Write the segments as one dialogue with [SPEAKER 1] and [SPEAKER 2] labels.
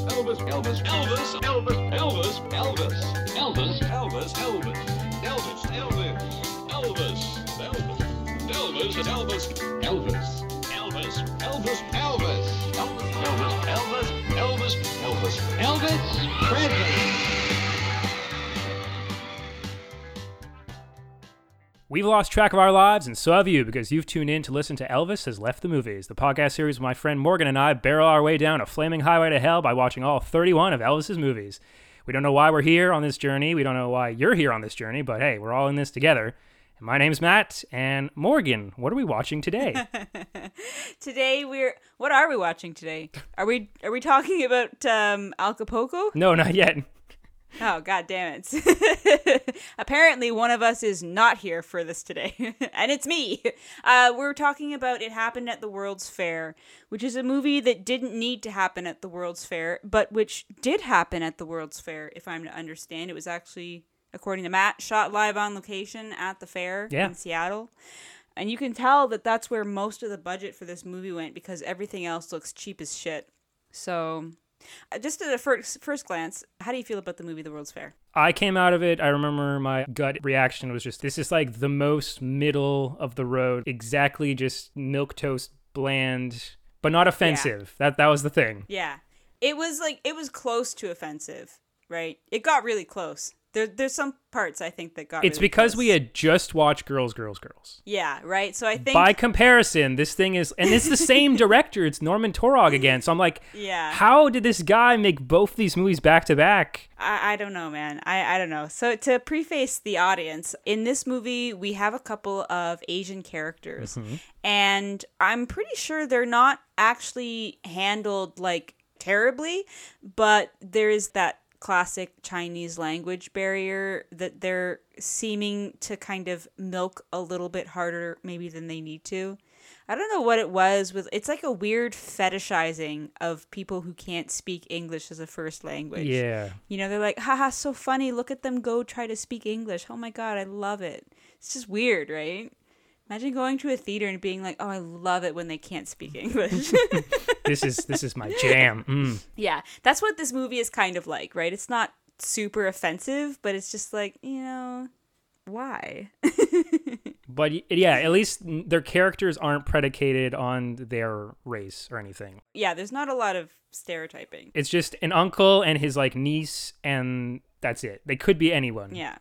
[SPEAKER 1] Elvis, Elvis, Elvis, Elvis, Elvis, Elvis, Elvis, Elvis, Elvis, Elvis, Elvis, Elvis, Elvis, Elvis, Elvis, Elvis, Elvis, Elvis, Elvis, Elvis, Elvis, Elvis, Elvis Presley.
[SPEAKER 2] We've lost track of our lives, and so have you, because you've tuned in to listen to Elvis Has Left the Movies, the podcast series where my friend Morgan and I barrel our way down a flaming highway to hell by watching all 31 of Elvis's movies. We don't know why we're here on this journey. We don't know why you're here on this journey, but hey, we're all in this together. And my name's Matt, and Morgan, what are we watching today?
[SPEAKER 3] Today we're what are we watching today? Are we are we talking about um Acapulco?
[SPEAKER 2] no, not yet.
[SPEAKER 3] Oh god damn it. Apparently one of us is not here for this today. and it's me. Uh we're talking about It Happened at the World's Fair, which is a movie that didn't need to happen at the World's Fair, but which did happen at the World's Fair, if I'm to understand. It was actually according to Matt shot live on location at the fair
[SPEAKER 2] Yeah.
[SPEAKER 3] in Seattle. And you can tell that that's where most of the budget for this movie went because everything else looks cheap as shit. So, uh, just at a first, first glance, how do you feel about the movie The World's Fair?
[SPEAKER 2] I came out of it. I remember my gut reaction was just this is like the most middle of the road, exactly just milk toast bland, but not offensive. That that was the thing.
[SPEAKER 3] Yeah. It was like, it was close to offensive, right? It got really close. There, there's some parts I think that got
[SPEAKER 2] It's
[SPEAKER 3] really
[SPEAKER 2] because we
[SPEAKER 3] close.
[SPEAKER 2] had just watched Girls, Girls, Girls.
[SPEAKER 3] Yeah, right? So I think.
[SPEAKER 2] By comparison, this thing is, and it's the same director. It's Norman Torog again. So I'm like,
[SPEAKER 3] Yeah.
[SPEAKER 2] how did this guy make both these movies back to back?
[SPEAKER 3] I, I don't know, man. I, I don't know. So, to preface the audience, in this movie, we have a couple of Asian characters, and I'm pretty sure they're not actually handled like terribly, but there is that classic Chinese language barrier that they're seeming to kind of milk a little bit harder, maybe, than they need to. I don't know what it was with it's like a weird fetishizing of people who can't speak English as a first language.
[SPEAKER 2] Yeah.
[SPEAKER 3] You know, they're like, haha, so funny. Look at them go try to speak English. Oh my God, I love it. It's just weird, right? Imagine going to a theater and being like, oh, I love it when they can't speak English.
[SPEAKER 2] This is this is my jam. Mm.
[SPEAKER 3] yeah, that's what this movie is kind of like, right? It's not super offensive, but it's just like, you know, why?
[SPEAKER 2] But y- yeah, at least n- their characters aren't predicated on their race or anything.
[SPEAKER 3] yeah, there's not a lot of stereotyping.
[SPEAKER 2] It's just an uncle and his like niece, and that's it. They could be anyone.
[SPEAKER 3] Yeah.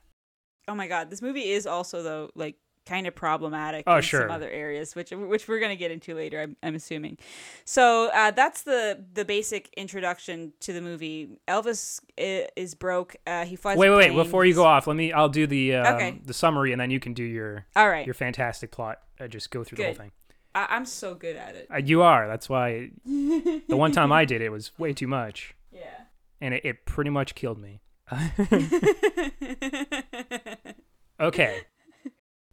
[SPEAKER 3] Oh my God, this movie is also, though, like, kind of problematic
[SPEAKER 2] Oh,
[SPEAKER 3] in
[SPEAKER 2] sure.
[SPEAKER 3] some other areas which which we're going to get into later I'm, I'm assuming so uh, that's the the basic introduction to the movie elvis is, is broke uh, he flies
[SPEAKER 2] Wait,
[SPEAKER 3] a
[SPEAKER 2] wait, wait.
[SPEAKER 3] plane.
[SPEAKER 2] Before you go off, let me. I'll do the um,
[SPEAKER 3] Okay.
[SPEAKER 2] the summary, and then you can do your
[SPEAKER 3] all right
[SPEAKER 2] your fantastic plot. Uh, just go through the whole
[SPEAKER 3] Good.
[SPEAKER 2] thing.
[SPEAKER 3] I- i'm so good at it
[SPEAKER 2] Uh, you are. That's why the one time I did it was way too much,
[SPEAKER 3] yeah
[SPEAKER 2] and it, it pretty much killed me. okay.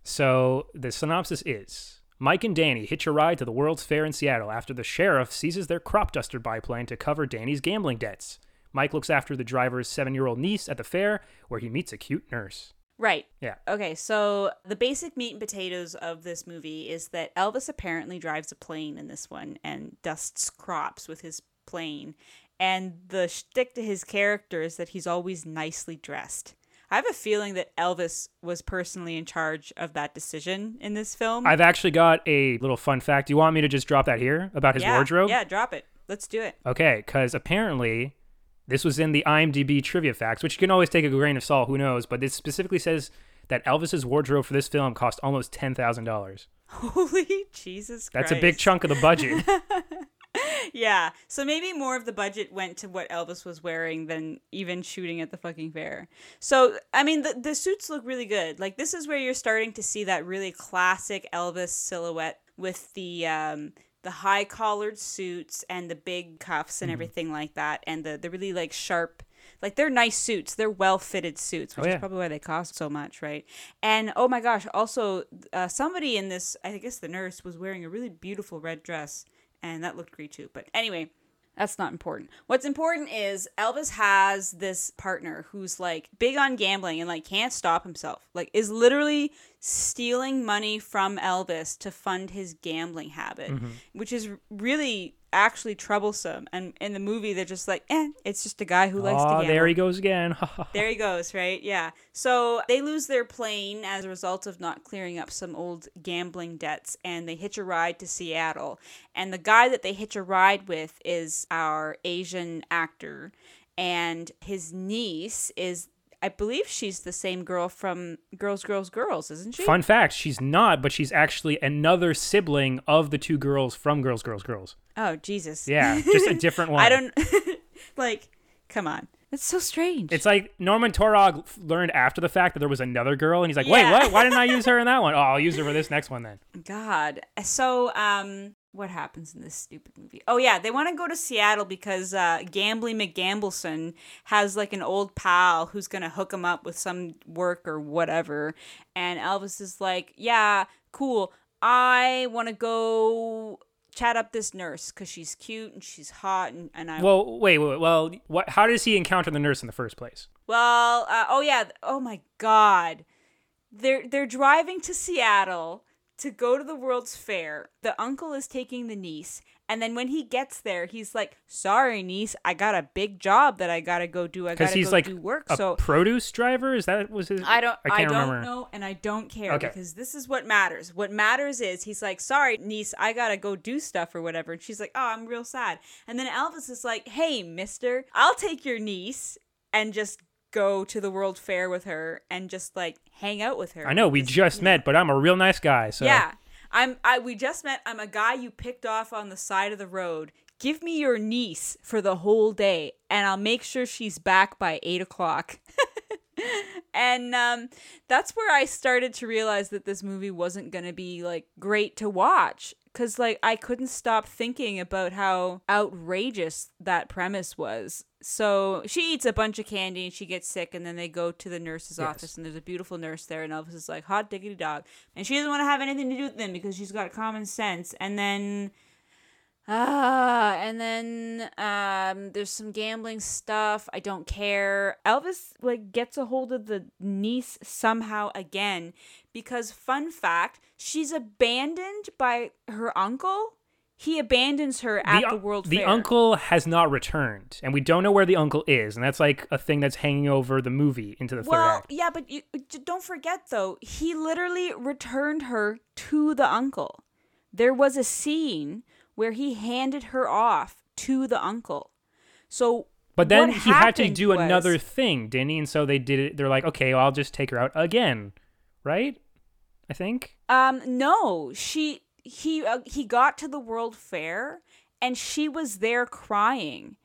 [SPEAKER 2] So the synopsis is Mike and Danny hitch a ride to the World's Fair in Seattle after the sheriff seizes their crop duster biplane to cover Danny's gambling debts. Mike looks after the driver's seven year old niece at the fair, where he meets a cute nurse.
[SPEAKER 3] right
[SPEAKER 2] Yeah.
[SPEAKER 3] Okay, so the basic meat and potatoes of this movie is that Elvis apparently drives a plane in this one and dusts crops with his plane. And the shtick to his character is that he's always nicely dressed. I have a feeling that Elvis was personally in charge of that decision in this film.
[SPEAKER 2] I've actually got a little fun fact. Do you want me to just drop that here about his
[SPEAKER 3] yeah,
[SPEAKER 2] wardrobe?
[SPEAKER 3] Yeah, drop it. Let's do it.
[SPEAKER 2] Okay, because apparently this was in the IMDb trivia facts, which you can always take a grain of salt, who knows, but this specifically says that Elvis's wardrobe for this film cost almost $10,000.
[SPEAKER 3] Holy Jesus
[SPEAKER 2] That's
[SPEAKER 3] Christ.
[SPEAKER 2] a big chunk of the budget.
[SPEAKER 3] Yeah. So maybe more of the budget went to what Elvis was wearing than even shooting at the fucking fair. So, I mean, the, the suits look really good. Like, this is where you're starting to see that really classic Elvis silhouette with the. Um, the high collared suits and the big cuffs
[SPEAKER 2] Mm-hmm.
[SPEAKER 3] and everything like that, and the, the really like sharp, like they're nice suits. They're well fitted suits, which
[SPEAKER 2] Oh, yeah.
[SPEAKER 3] is probably why they cost so much, right? And oh my gosh, also uh, somebody in this, I guess the nurse was wearing a really beautiful red dress and that looked great too. But anyway, that's not important. What's important is Elvis has this partner who's like big on gambling and like can't stop himself. Like is literally stealing money from Elvis to fund his gambling habit, which is really actually troublesome. And in the movie, they're just like, eh, it's just a guy who likes to
[SPEAKER 2] Oh,
[SPEAKER 3] gamble.
[SPEAKER 2] there he goes again.
[SPEAKER 3] There he goes, right? Yeah. So they lose their plane as a result of not clearing up some old gambling debts, and they hitch a ride to Seattle. And the guy that they hitch a ride with is our Asian actor, and his niece is, I believe, she's the same girl from Girls, Girls, Girls, isn't she?
[SPEAKER 2] Fun fact, she's not, but she's actually another sibling of the two girls from Girls, Girls, Girls.
[SPEAKER 3] Oh Jesus!
[SPEAKER 2] Yeah, just a different one.
[SPEAKER 3] I don't like. Come on, that's so strange.
[SPEAKER 2] It's like Norman Torog learned after the fact that there was another girl, and he's like, "Wait,
[SPEAKER 3] Yeah.
[SPEAKER 2] what? Why didn't I use her in that one? Oh, I'll use her for this next one then."
[SPEAKER 3] God. Eh, So, um, what happens in this stupid movie? Oh yeah, they want to go to Seattle because uh, Gambly McGambleson has like an old pal who's gonna hook him up with some work or whatever, and Elvis is like, "Yeah, cool. I want to go chat up this nurse because she's cute and she's hot and, and I
[SPEAKER 2] Well, wait, wait well, what? How does he encounter the nurse in the first place?
[SPEAKER 3] Well, uh, oh yeah, oh my God, they're they're driving to Seattle to go to the World's Fair. The uncle is taking the niece, and then when he gets there, he's like, "Sorry, niece, I got a big job that I gotta go do. I
[SPEAKER 2] Because
[SPEAKER 3] gotta
[SPEAKER 2] he's
[SPEAKER 3] go
[SPEAKER 2] like
[SPEAKER 3] do work."
[SPEAKER 2] a
[SPEAKER 3] So
[SPEAKER 2] produce driver. Is that was his?
[SPEAKER 3] I don't. I,
[SPEAKER 2] can't
[SPEAKER 3] don't
[SPEAKER 2] remember.
[SPEAKER 3] know, and I don't care
[SPEAKER 2] Okay.
[SPEAKER 3] because this is what matters. What matters is he's like, "Sorry, niece, I gotta go do stuff or whatever," and she's like, "Oh, I'm real sad." And then Elvis is like, "Hey, Mister, I'll take your niece and just go to the World Fair with her and just like hang out with her."
[SPEAKER 2] I know we uh,
[SPEAKER 3] Because,
[SPEAKER 2] just
[SPEAKER 3] you know,
[SPEAKER 2] met, but I'm a real nice guy. So
[SPEAKER 3] Yeah, I'm. I we just met. I'm a guy you picked off on the side of the road. Give me your niece for the whole day, and I'll make sure she's back by eight o'clock. and um, that's where I started to realize that this movie wasn't going to be like great to watch because like I couldn't stop thinking about how outrageous that premise was. So she eats a bunch of candy and she gets sick, and then they go to the nurse's office, and there's a beautiful nurse there, and Elvis is like, "Hot diggity dog," and she doesn't want to have anything to do with them because she's got common sense. And then Ah, and then um, there's some gambling stuff. I don't care. Elvis like gets a hold of the niece somehow again because fun fact, she's abandoned by her uncle. He abandons her at the,
[SPEAKER 2] un-
[SPEAKER 3] World
[SPEAKER 2] the
[SPEAKER 3] Fair.
[SPEAKER 2] uncle has not returned, and we don't know where the uncle is, and that's like a thing that's hanging over the movie into the third
[SPEAKER 3] Well,
[SPEAKER 2] act.
[SPEAKER 3] yeah, but you, d- don't forget though, he literally returned her to the uncle. There was a scene where he handed her off to the uncle. So
[SPEAKER 2] But then
[SPEAKER 3] what
[SPEAKER 2] he had to
[SPEAKER 3] happened
[SPEAKER 2] do
[SPEAKER 3] was-
[SPEAKER 2] another thing, didn't he? And so they did it. They're like, okay, well, I'll just take her out again, right? I think.
[SPEAKER 3] Um, no, she he uh, he got to the World Fair and she was there crying,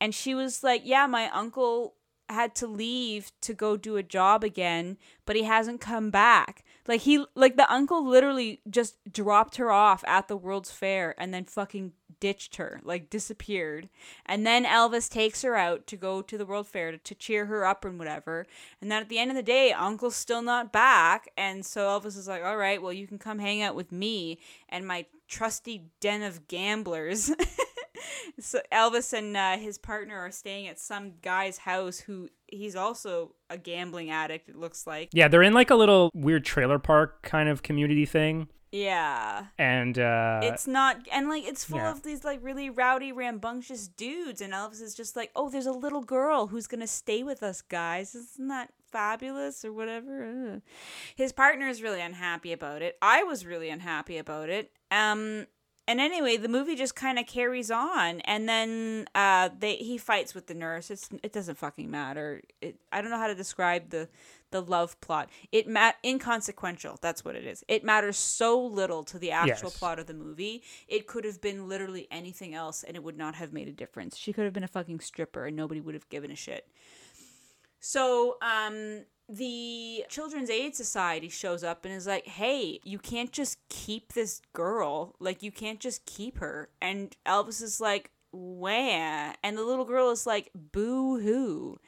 [SPEAKER 3] and she was like, "Yeah, my uncle had to leave to go do a job again, but he hasn't come back." Like he like the uncle literally just dropped her off at the World's Fair and then fucking ditched her, like disappeared. And then Elvis takes her out to go to the World Fair to, to cheer her up and whatever. And then at the end of the day, Uncle's still not back. And so Elvis is like, all right, well, you can come hang out with me and my trusty den of gamblers. so Elvis and uh, his partner are staying at some guy's house who he's also a gambling addict, it looks like.
[SPEAKER 2] Yeah, they're in like a little weird trailer park kind of community thing,
[SPEAKER 3] Yeah.
[SPEAKER 2] and uh,
[SPEAKER 3] it's not and like it's full
[SPEAKER 2] yeah.
[SPEAKER 3] of these like really rowdy rambunctious dudes and elvis is just like oh there's a little girl who's gonna stay with us guys isn't that fabulous or whatever Ugh. his partner is really unhappy about it i was really unhappy about it um and anyway the movie just kind of carries on and then uh they he fights with the nurse it's it doesn't fucking matter it, i don't know how to describe the the love plot it mat inconsequential that's what it is it matters so little to the actual
[SPEAKER 2] Yes.
[SPEAKER 3] plot plot of the movie. It could have been literally anything else and it would not have made a difference. She could have been a fucking stripper and nobody would have given a shit. So, um, the Children's Aid Society shows up and is like, hey, you can't just keep this girl. Like, you can't just keep her. And Elvis is like, where? And the little girl is like, boo hoo.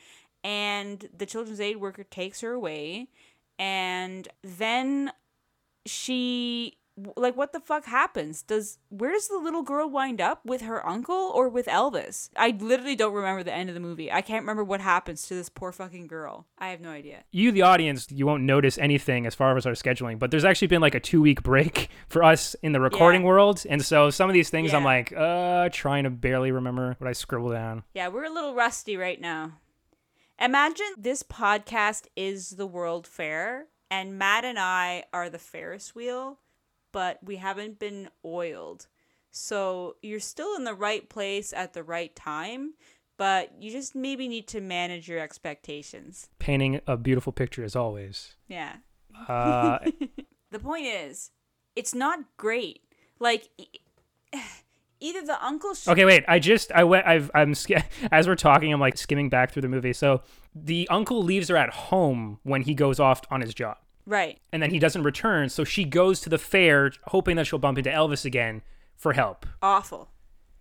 [SPEAKER 3] And the Children's Aid worker takes her away. And then she w- like what the fuck happens does where does the little girl wind up with her uncle or with elvis i literally don't remember the end of the movie i can't remember what happens to this poor fucking girl i have no idea
[SPEAKER 2] you the audience you won't notice anything as far as our scheduling but there's actually been like a two week break for us in the recording
[SPEAKER 3] Yeah.
[SPEAKER 2] world and so some of these things i'm
[SPEAKER 3] Yeah.
[SPEAKER 2] like uh trying to barely remember what i scribble down
[SPEAKER 3] yeah we're a little rusty right now imagine this podcast is the world fair and matt and i are the ferris wheel but we haven't been oiled so you're still in the right place at the right time but you just maybe need to manage your expectations
[SPEAKER 2] painting a beautiful picture as always
[SPEAKER 3] Yeah.
[SPEAKER 2] uh
[SPEAKER 3] The point is, it's not great. Like, e- either the uncle. Sh-
[SPEAKER 2] Okay, wait. I just I went. I've, I'm sk- as we're talking. I'm like skimming back through the movie. So the uncle leaves her at home when he goes off on his job,
[SPEAKER 3] Right.
[SPEAKER 2] and then he doesn't return. So she goes to the fair, hoping that she'll bump into Elvis again for help.
[SPEAKER 3] Awful.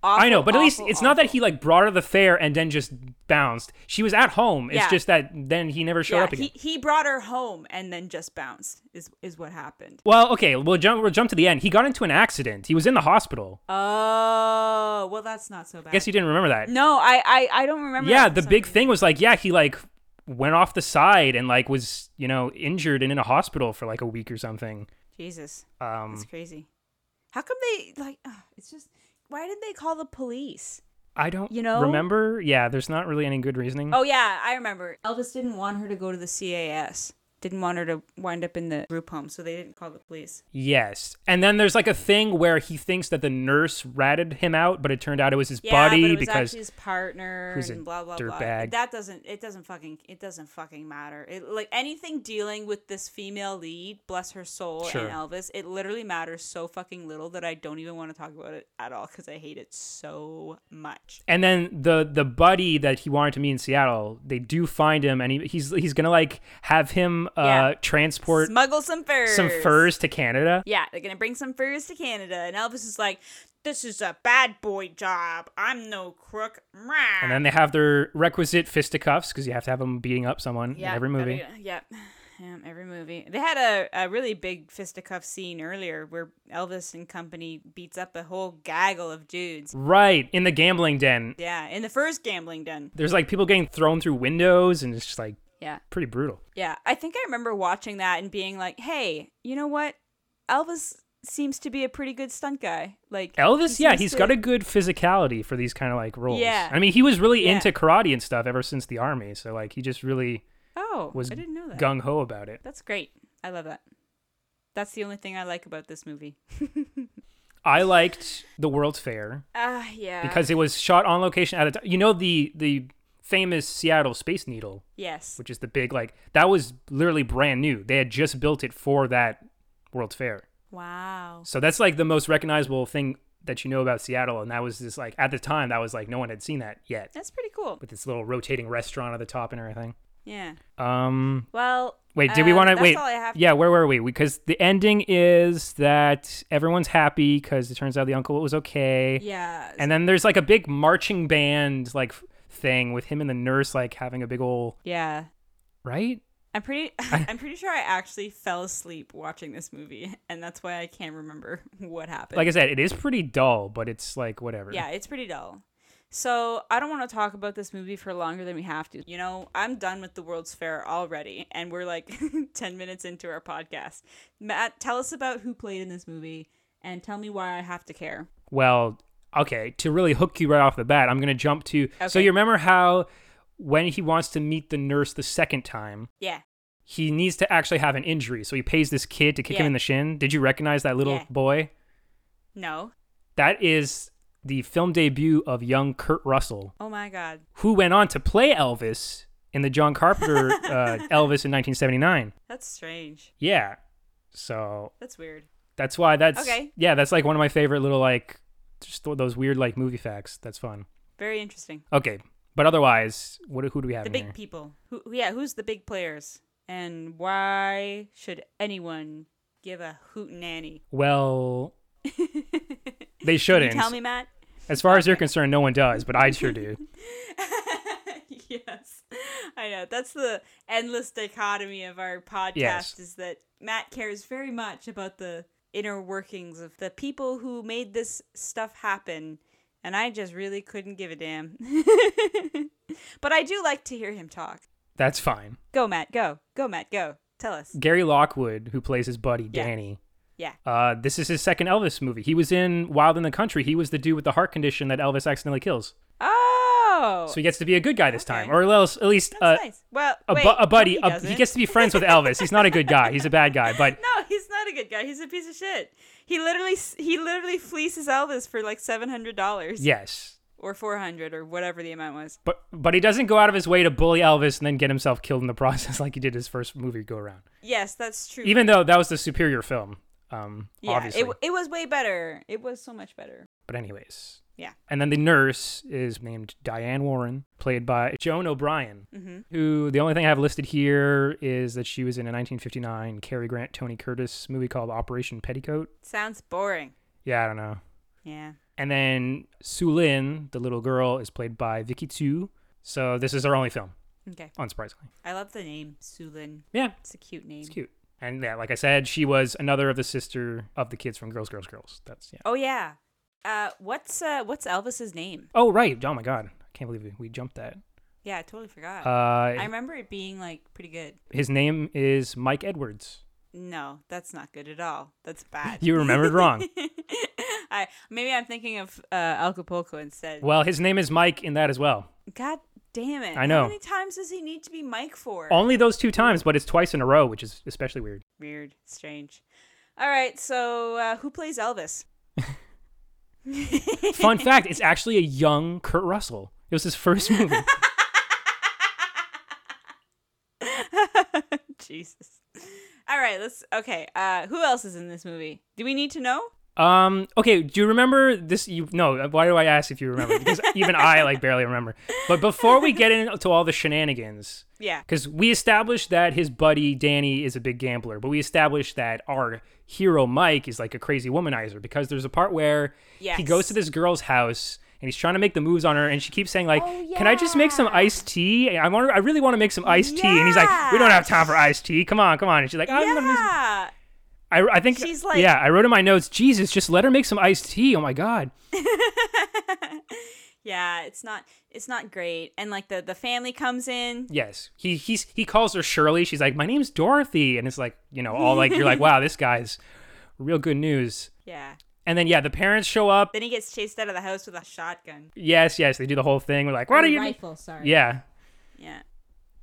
[SPEAKER 3] awful
[SPEAKER 2] I know, but at least
[SPEAKER 3] awful,
[SPEAKER 2] it's not that
[SPEAKER 3] awful.
[SPEAKER 2] he like brought her to the fair and then just bounced. She was at home. It's
[SPEAKER 3] Yeah.
[SPEAKER 2] just that then he never showed
[SPEAKER 3] Yeah,
[SPEAKER 2] up again.
[SPEAKER 3] he, he brought her home and then just bounced. Is is what happened.
[SPEAKER 2] well, okay, we'll jump. We'll jump to the end. He got into an accident. He was in the hospital.
[SPEAKER 3] Oh well, that's not so
[SPEAKER 2] I
[SPEAKER 3] bad.
[SPEAKER 2] guess you didn't remember that.
[SPEAKER 3] No, I I, I don't remember.
[SPEAKER 2] yeah
[SPEAKER 3] that for
[SPEAKER 2] the
[SPEAKER 3] some
[SPEAKER 2] big
[SPEAKER 3] reason.
[SPEAKER 2] thing was like yeah he like went off the side and like was you know injured and in a hospital for like a week or something
[SPEAKER 3] Jesus,
[SPEAKER 2] um
[SPEAKER 3] that's crazy. How come they like? ugh, it's just why didn't they call the police?
[SPEAKER 2] i don't
[SPEAKER 3] you know?
[SPEAKER 2] remember yeah there's not really any good reasoning
[SPEAKER 3] Oh yeah, I remember. Elvis didn't want her to go to the CAS. Didn't want her to wind up in the group home, so they didn't call the police.
[SPEAKER 2] yes and then there's like a thing where he thinks that the nurse ratted him out but it turned out it was his
[SPEAKER 3] Yeah,
[SPEAKER 2] buddy
[SPEAKER 3] but it was
[SPEAKER 2] because
[SPEAKER 3] actually his partner
[SPEAKER 2] who's a
[SPEAKER 3] and blah blah blah.
[SPEAKER 2] dirtbag.
[SPEAKER 3] That doesn't it doesn't fucking it doesn't fucking matter. It, like anything dealing with this female lead, bless her soul,
[SPEAKER 2] Sure.
[SPEAKER 3] and Elvis, it literally matters so fucking little that I don't even want to talk about it at all because I hate it so much.
[SPEAKER 2] and then the the buddy that he wanted to meet in Seattle, they do find him, and he, he's he's gonna like have him uh
[SPEAKER 3] Yeah.
[SPEAKER 2] transport
[SPEAKER 3] Smuggle some furs.
[SPEAKER 2] some furs to Canada.
[SPEAKER 3] Yeah, they're gonna bring some furs to Canada, and Elvis is like, "This is a bad boy job. I'm no crook."
[SPEAKER 2] And then they have their requisite fisticuffs because you have to have them beating up someone in every movie.
[SPEAKER 3] Yep. Yeah, every movie. They had a, a really big fisticuff scene earlier where Elvis and company beats up a whole gaggle of dudes.
[SPEAKER 2] Right, in the gambling den.
[SPEAKER 3] Yeah, in the first gambling den.
[SPEAKER 2] There's like people getting thrown through windows and it's just like
[SPEAKER 3] Yeah.
[SPEAKER 2] pretty brutal.
[SPEAKER 3] Yeah. I think I remember watching that and being like, hey, you know what? Elvis seems to be a pretty good stunt guy. Like
[SPEAKER 2] Elvis, yeah,
[SPEAKER 3] he's
[SPEAKER 2] he's got a good physicality for these kind of like roles.
[SPEAKER 3] Yeah.
[SPEAKER 2] I mean, he was really
[SPEAKER 3] Yeah.
[SPEAKER 2] into karate and stuff ever since the army, so like he just really
[SPEAKER 3] Oh,
[SPEAKER 2] was
[SPEAKER 3] I didn't know that.
[SPEAKER 2] gung ho about it.
[SPEAKER 3] That's great. I love that. That's the only thing I like about this movie.
[SPEAKER 2] I liked The World's Fair
[SPEAKER 3] Ah, yeah.
[SPEAKER 2] because it was shot on location at a time. You know the the famous Seattle Space Needle,
[SPEAKER 3] yes.
[SPEAKER 2] which is the big like that was literally brand new. They had just built it for that World's Fair.
[SPEAKER 3] Wow.
[SPEAKER 2] So that's like the most recognizable thing that you know about Seattle. And that was just like, at the time, that was like, no one had seen that yet
[SPEAKER 3] That's pretty cool.
[SPEAKER 2] with this little rotating restaurant at the top and everything.
[SPEAKER 3] Yeah.
[SPEAKER 2] Um,
[SPEAKER 3] Well.
[SPEAKER 2] wait, did we
[SPEAKER 3] uh,
[SPEAKER 2] want to
[SPEAKER 3] that's
[SPEAKER 2] wait?
[SPEAKER 3] all I have.
[SPEAKER 2] yeah, where were we? Because the ending is that everyone's happy because it turns out the uncle was okay.
[SPEAKER 3] Yeah.
[SPEAKER 2] And then there's like a big marching band like f- thing with him and the nurse like having a big ol'
[SPEAKER 3] yeah.
[SPEAKER 2] right.
[SPEAKER 3] I'm pretty. I'm pretty sure I actually fell asleep watching this movie, and that's why I can't remember what happened.
[SPEAKER 2] Like I said, it is pretty dull, but it's like whatever.
[SPEAKER 3] yeah, it's pretty dull. So I don't want to talk about this movie for longer than we have to. You know, I'm done with the World's Fair already, and we're like ten minutes into our podcast. Matt, tell us about who played in this movie, and tell me why I have to care.
[SPEAKER 2] Well, okay, to really hook you right off the bat, I'm going to jump to. So
[SPEAKER 3] Okay.
[SPEAKER 2] you remember how when he wants to meet the nurse the second time,
[SPEAKER 3] Yeah,
[SPEAKER 2] he needs to actually have an injury. So he pays this kid to kick him
[SPEAKER 3] Yeah.
[SPEAKER 2] in the shin. Did you recognize that little
[SPEAKER 3] Yeah.
[SPEAKER 2] boy?
[SPEAKER 3] no,
[SPEAKER 2] That is the film debut of young Kurt Russell,
[SPEAKER 3] oh my god,
[SPEAKER 2] who went on to play Elvis in the John Carpenter uh, Elvis in 1979.
[SPEAKER 3] that's strange.
[SPEAKER 2] Yeah. So
[SPEAKER 3] That's weird.
[SPEAKER 2] that's why that's
[SPEAKER 3] Okay.
[SPEAKER 2] yeah, that's like one of my favorite little like just those weird like movie facts. That's fun.
[SPEAKER 3] Very interesting.
[SPEAKER 2] Okay, but otherwise, what who do we have
[SPEAKER 3] the
[SPEAKER 2] in
[SPEAKER 3] big
[SPEAKER 2] here?
[SPEAKER 3] people. Who, who- yeah, who's the big players? And why should anyone give a hoot nanny?
[SPEAKER 2] well, they shouldn't.
[SPEAKER 3] Tell me, Matt.
[SPEAKER 2] As far as you're concerned, no one does, but I sure do.
[SPEAKER 3] yes, I know. That's the endless dichotomy of our podcast
[SPEAKER 2] Yes.
[SPEAKER 3] is that Matt cares very much about the inner workings of the people who made this stuff happen. And I just really couldn't give a damn. but I do like to hear him talk.
[SPEAKER 2] That's fine.
[SPEAKER 3] Go, Matt, go. Go, Matt, go. Tell us.
[SPEAKER 2] Gary Lockwood, who plays his buddy
[SPEAKER 3] Yeah.
[SPEAKER 2] Danny,
[SPEAKER 3] Yeah.
[SPEAKER 2] uh, this is his second Elvis movie. He was in Wild in the Country. He was the dude with the heart condition that Elvis accidentally kills.
[SPEAKER 3] Oh.
[SPEAKER 2] So he gets to be a good guy this time,
[SPEAKER 3] Okay.
[SPEAKER 2] or else at least uh,
[SPEAKER 3] That's nice. Well,
[SPEAKER 2] a,
[SPEAKER 3] wait,
[SPEAKER 2] bu- a buddy.
[SPEAKER 3] no,
[SPEAKER 2] a-
[SPEAKER 3] he,
[SPEAKER 2] He,
[SPEAKER 3] doesn't.
[SPEAKER 2] gets to be friends with Elvis. He's not a good guy. He's a bad guy, but
[SPEAKER 3] No, he's not a good guy. He's a piece of shit. He literally s- he literally fleeces Elvis for like seven hundred dollars
[SPEAKER 2] yes.
[SPEAKER 3] or four hundred or whatever the amount was.
[SPEAKER 2] But but he doesn't go out of his way to bully Elvis and then get himself killed in the process like he did his first movie go around.
[SPEAKER 3] Yes, that's true.
[SPEAKER 2] Even though that was the superior film, um,
[SPEAKER 3] yeah,
[SPEAKER 2] obviously.
[SPEAKER 3] it w- it was way better. It was so much better.
[SPEAKER 2] but anyways.
[SPEAKER 3] Yeah.
[SPEAKER 2] And then the nurse is named Diane Warren, played by Joan O'Brien,
[SPEAKER 3] Mm-hmm.
[SPEAKER 2] who the only thing I have listed here is that she was in a 1959 Cary Grant Tony Curtis movie called Operation Petticoat.
[SPEAKER 3] Sounds boring.
[SPEAKER 2] Yeah, I don't know.
[SPEAKER 3] Yeah.
[SPEAKER 2] And then Su Lin, the little girl, is played by Vicky Tsu. So this is her only film,
[SPEAKER 3] Okay.
[SPEAKER 2] unsurprisingly.
[SPEAKER 3] I love the name Sulin.
[SPEAKER 2] Yeah,
[SPEAKER 3] It's a cute name.
[SPEAKER 2] it's cute. And yeah, like I said, she was another of the sister of the kids from Girls, Girls, Girls. That's yeah.
[SPEAKER 3] Oh yeah. Uh, what's uh, what's Elvis's name?
[SPEAKER 2] Oh right. Oh my God. I can't believe we, we jumped that.
[SPEAKER 3] Yeah, I totally forgot. I
[SPEAKER 2] Uh,
[SPEAKER 3] remember it being like pretty good.
[SPEAKER 2] his name is Mike Edwards.
[SPEAKER 3] No, that's not good at all. That's bad.
[SPEAKER 2] You remembered wrong.
[SPEAKER 3] I maybe I'm thinking of uh, Acapulco instead.
[SPEAKER 2] Well, his name is Mike in that as well.
[SPEAKER 3] God damn it!
[SPEAKER 2] I know.
[SPEAKER 3] How many times does he need to be Mike for?
[SPEAKER 2] Only those two times, but it's twice in a row, which is especially weird.
[SPEAKER 3] Weird, strange. All right, so uh, who plays Elvis?
[SPEAKER 2] Fun fact: it's actually a young Kurt Russell. It was his first movie.
[SPEAKER 3] Jesus. All right, let's. Okay, uh, who else is in this movie? Do we need to know?
[SPEAKER 2] Um. Okay. Do you remember this? You no. Why do I ask if you remember? Because even I like barely remember. But before we get into all the shenanigans,
[SPEAKER 3] Yeah.
[SPEAKER 2] because we established that his buddy Danny is a big gambler, but we established that our hero Mike is like a crazy womanizer because there's a part where he
[SPEAKER 3] Yes.
[SPEAKER 2] goes to this girl's house and he's trying to make the moves on her, and she keeps saying like,
[SPEAKER 3] Oh,
[SPEAKER 2] "Can I just make some iced tea? I want. I really want to make some iced tea." And he's like, "We don't have time for iced tea. Come on, come on." And she's like, "I'm gonna make some
[SPEAKER 3] Yeah.
[SPEAKER 2] I, I think
[SPEAKER 3] She's like-
[SPEAKER 2] yeah. I wrote in my notes, Jesus, just let her make some iced tea. Oh my god.
[SPEAKER 3] Yeah, it's not. It's not great. And like the the family comes in.
[SPEAKER 2] Yes, he he's he calls her Shirley. She's like, my name's Dorothy, and it's like you know all like you're like, wow, this guy's real good news.
[SPEAKER 3] Yeah.
[SPEAKER 2] And then yeah, the parents show up.
[SPEAKER 3] Then he gets chased out of the house with a shotgun.
[SPEAKER 2] Yes, yes, they do the whole thing. We're like, what are you?
[SPEAKER 4] Rifle, sorry.
[SPEAKER 2] Yeah,
[SPEAKER 3] Yeah.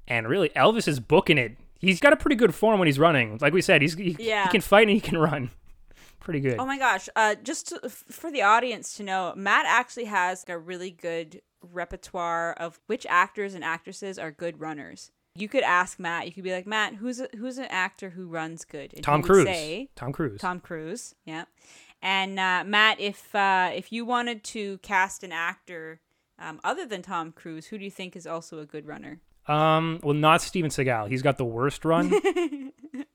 [SPEAKER 2] and really, Elvis is booking it. He's got a pretty good form when he's running. Like we said, he's he,
[SPEAKER 3] Yeah.
[SPEAKER 2] he can fight and he can run. Pretty good.
[SPEAKER 3] Oh my gosh. Uh, just to, f- for the audience to know, Matt actually has a really good repertoire of which actors and actresses are good runners. You could ask Matt. You could be like, Matt, who's a, who's an actor who runs good? And
[SPEAKER 2] Tom
[SPEAKER 3] he would
[SPEAKER 2] Cruise.
[SPEAKER 3] say-
[SPEAKER 2] Tom Cruise.
[SPEAKER 3] Tom Cruise. Yeah. And uh, Matt, if uh, if you wanted to cast an actor um, other than Tom Cruise, who do you think is also a good runner?
[SPEAKER 2] Um, well, not Steven Seagal. He's got the worst run.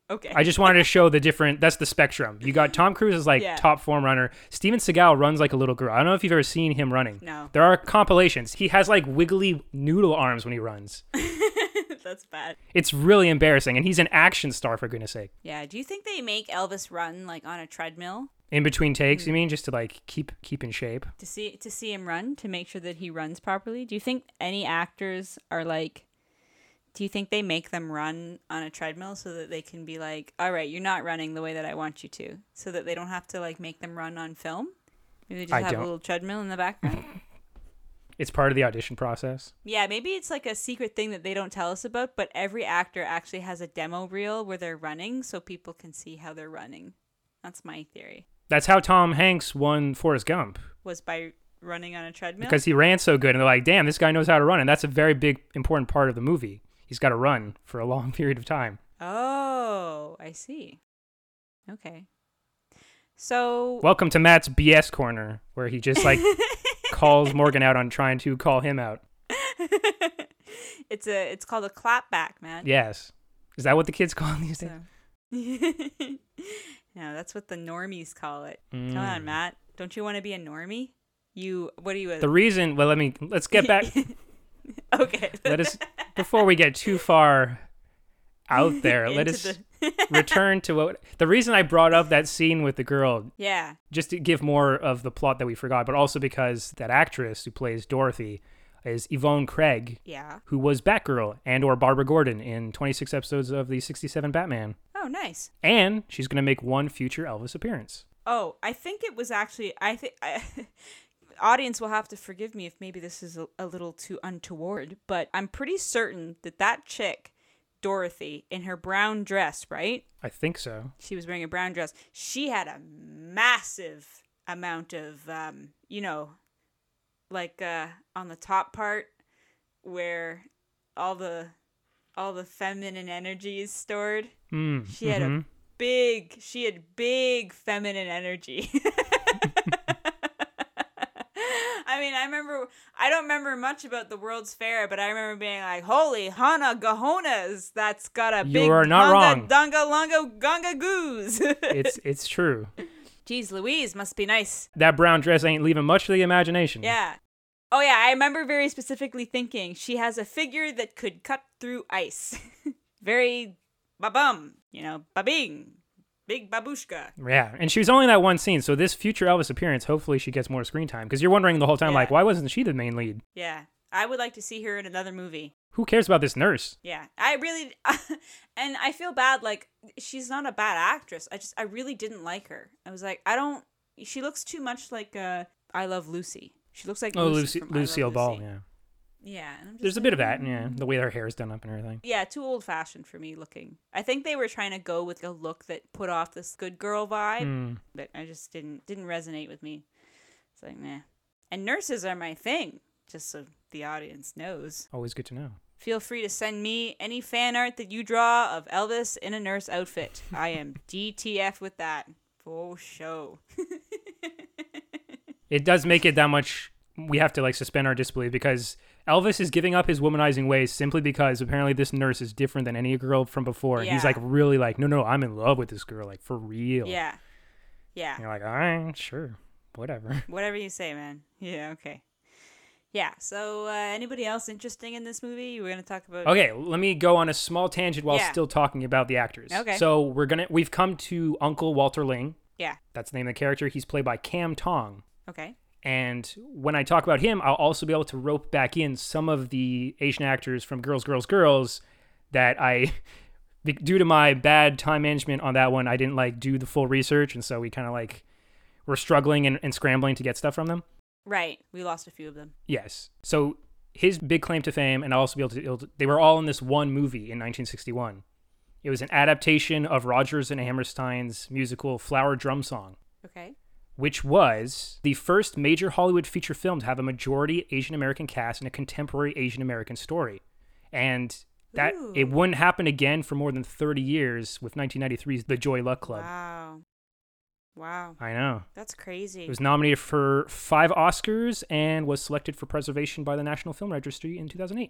[SPEAKER 3] Okay.
[SPEAKER 2] I just wanted to show the different. That's the spectrum. You got Tom Cruise as like
[SPEAKER 3] Yeah.
[SPEAKER 2] top form runner. Steven Seagal runs like a little girl. I don't know if you've ever seen him running.
[SPEAKER 3] No.
[SPEAKER 2] There are compilations. He has like wiggly noodle arms when he runs.
[SPEAKER 3] That's bad.
[SPEAKER 2] It's really embarrassing, and he's an action star for goodness sake.
[SPEAKER 3] Yeah. Do you think they make Elvis run like on a treadmill
[SPEAKER 2] In between takes, you mean, just to like keep keep in shape.
[SPEAKER 3] to see to see him run to make sure that he runs properly? Do you think any actors are like? Do you think they make them run on a treadmill so that they can be like, all right, you're not running the way that I want you to, so that they don't have to like make them run on film? Maybe they just
[SPEAKER 2] I
[SPEAKER 3] have
[SPEAKER 2] don't.
[SPEAKER 3] a little treadmill in the background.
[SPEAKER 2] It's part of the audition process.
[SPEAKER 3] Yeah, maybe it's like a secret thing that they don't tell us about, but every actor actually has a demo reel where they're running so people can see how they're running. That's my theory.
[SPEAKER 2] That's how Tom Hanks won Forrest Gump
[SPEAKER 3] Was by running on a treadmill?
[SPEAKER 2] because he ran so good, and they're like, "Damn, this guy knows how to run," and that's a very big important part of the movie. He's got to run for a long period of time.
[SPEAKER 3] Oh, I see. Okay. So
[SPEAKER 2] Welcome to Matt's BS corner, where he just like calls Morgan out on trying to call him out.
[SPEAKER 3] it's a it's called a clapback, man.
[SPEAKER 2] Yes. Is that what the kids call these days?
[SPEAKER 3] no, that's what the normies call it. Come on, Matt. Don't you want to be a normie? You what are you a
[SPEAKER 2] The reason, well, let me, let's get back,
[SPEAKER 3] Okay.
[SPEAKER 2] let us, before we get too far out there. Let us
[SPEAKER 3] Into
[SPEAKER 2] return to what the reason I brought up that scene with the girl
[SPEAKER 3] Yeah.
[SPEAKER 2] just to give more of the plot that we forgot, but also because that actress who plays Dorothy is Yvonne Craig,
[SPEAKER 3] Yeah.
[SPEAKER 2] who was Batgirl and or Barbara Gordon in 26 episodes of the 67 Batman.
[SPEAKER 3] Oh, nice.
[SPEAKER 2] And she's going to make one future Elvis appearance.
[SPEAKER 3] Oh, I think it was actually. I think. I- Audience will have to forgive me if maybe this is a, a little too untoward, but I'm pretty certain that that chick, Dorothy, in her brown dress, right?
[SPEAKER 2] I think so.
[SPEAKER 3] She was wearing a brown dress. She had a massive amount of, um, you know, like uh, on the top part where all the all the feminine energy is stored.
[SPEAKER 2] Mm,
[SPEAKER 3] She had a
[SPEAKER 2] mhm.
[SPEAKER 3] big, she had big feminine energy. I mean, I remember, I don't remember much about the World's Fair, but I remember being like, holy Hana Gahonas, that's got a
[SPEAKER 2] You
[SPEAKER 3] big
[SPEAKER 2] are not wrong.
[SPEAKER 3] Dunga Lunga Gunga Goose.
[SPEAKER 2] it's it's true.
[SPEAKER 3] Jeez Louise, must be nice.
[SPEAKER 2] That brown dress ain't leaving much to the imagination.
[SPEAKER 3] Yeah. Oh, yeah, I remember very specifically thinking she has a figure that could cut through ice. very ba bum, you know, ba bing, big babushka.
[SPEAKER 2] Yeah, and she was only in that one scene. So this future Elvis appearance, hopefully she gets more screen time because you're wondering the whole time
[SPEAKER 3] Yeah.
[SPEAKER 2] like why wasn't she the main lead?
[SPEAKER 3] Yeah. I would like to see her in another movie.
[SPEAKER 2] Who cares about this nurse?
[SPEAKER 3] Yeah. I really and I feel bad like she's not a bad actress. I just I really didn't like her. I was like, I don't she looks too much like uh I Love Lucy. She looks like
[SPEAKER 2] Oh, Lucy,
[SPEAKER 3] Lucy from I Love
[SPEAKER 2] Lucille Ball,
[SPEAKER 3] Lucy.
[SPEAKER 2] yeah.
[SPEAKER 3] Yeah. and I'm just
[SPEAKER 2] There's a
[SPEAKER 3] like,
[SPEAKER 2] bit of that,
[SPEAKER 3] mm.
[SPEAKER 2] yeah. The way her hair's done up and everything.
[SPEAKER 3] Yeah, too old fashioned for me looking. I think they were trying to go with a look that put off this good girl vibe,
[SPEAKER 2] Mm.
[SPEAKER 3] but I just didn't didn't resonate with me. It's like, meh. And nurses are my thing, just so the audience knows.
[SPEAKER 2] Always good to know.
[SPEAKER 3] Feel free to send me any fan art that you draw of Elvis in a nurse outfit. I am DTF with that. For show.
[SPEAKER 2] It does make it that much. We have to like suspend our disbelief because Elvis is giving up his womanizing ways simply because apparently this nurse is different than any girl from before. And he's
[SPEAKER 3] Yeah.
[SPEAKER 2] like really like, no, no, I'm in love with this girl, like for real.
[SPEAKER 3] Yeah. Yeah.
[SPEAKER 2] And you're like, all right, sure, whatever.
[SPEAKER 3] Whatever you say, man. Yeah, okay. Yeah, so uh, anybody else interesting in this movie? We're going to talk about.
[SPEAKER 2] Okay, let me go on a small tangent while
[SPEAKER 3] Yeah.
[SPEAKER 2] still talking about the actors.
[SPEAKER 3] Okay.
[SPEAKER 2] So we're gonna we've come to Uncle Walter Ling.
[SPEAKER 3] Yeah,
[SPEAKER 2] That's the name of the character. He's played by Cam Tong.
[SPEAKER 3] okay.
[SPEAKER 2] And when I talk about him, I'll also be able to rope back in some of the Asian actors from Girls, Girls, Girls that I, be- due to my bad time management on that one, I didn't like do the full research. And so we kind of like were struggling and, and scrambling to get stuff from them.
[SPEAKER 3] Right, we lost a few of them.
[SPEAKER 2] Yes. So his big claim to fame, and I'll also be able to, able to- they were all in this one movie in 1961. It was an adaptation of Rogers and Hammerstein's musical Flower Drum Song
[SPEAKER 3] Okay.
[SPEAKER 2] which was the first major Hollywood feature film to have a majority Asian American cast in a contemporary Asian American story. And that
[SPEAKER 3] Ooh.
[SPEAKER 2] it wouldn't happen again for more than 30 years with 1993's The Joy Luck Club.
[SPEAKER 3] Wow. Wow.
[SPEAKER 2] I know.
[SPEAKER 3] That's crazy.
[SPEAKER 2] It was nominated for 5 Oscars and was selected for preservation by the National Film Registry in 2008.
[SPEAKER 3] Wow,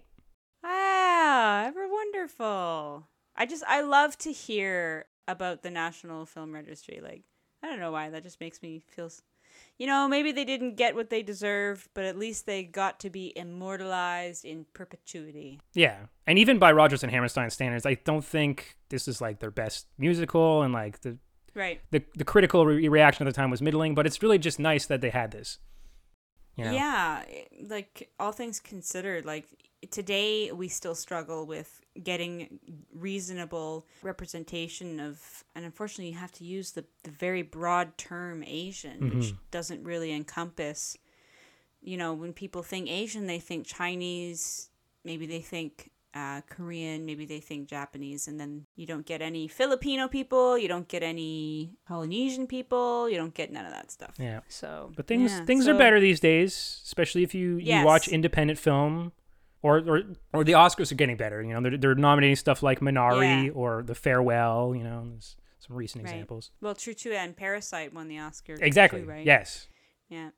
[SPEAKER 3] Ah, ever wonderful. I just, I love to hear about the National Film Registry. Like, I don't know why, that just makes me feel. s- You know, maybe they didn't get what they deserved, but at least they got to be immortalized in perpetuity.
[SPEAKER 2] Yeah. And even by Rogers and Hammerstein standards, I don't think this is like their best musical and like the
[SPEAKER 3] Right.
[SPEAKER 2] the, the critical re- reaction at the time was middling, but it's really just nice that they had this. You know?
[SPEAKER 3] Yeah, i- like all things considered, like today we still struggle with getting reasonable representation of, and unfortunately, you have to use the, the very broad term Asian,
[SPEAKER 2] Mm-hmm.
[SPEAKER 3] which doesn't really encompass. You know, when people think Asian, they think Chinese, maybe they think uh, Korean, maybe they think Japanese, and then you don't get any Filipino people, you don't get any Polynesian people, you don't get none of that stuff.
[SPEAKER 2] Yeah.
[SPEAKER 3] So,
[SPEAKER 2] But things
[SPEAKER 3] yeah,
[SPEAKER 2] things are
[SPEAKER 3] so-
[SPEAKER 2] better these days, especially if you, you
[SPEAKER 3] Yes.
[SPEAKER 2] watch independent film, or, or or the Oscars are getting better. You know, they're they're nominating stuff like Minari
[SPEAKER 3] Yeah.
[SPEAKER 2] or The Farewell. You know, there's some recent examples.
[SPEAKER 3] Right. Well, True to and Parasite won the Oscar.
[SPEAKER 2] Exactly.
[SPEAKER 3] too, right?
[SPEAKER 2] Yes.
[SPEAKER 3] Yeah.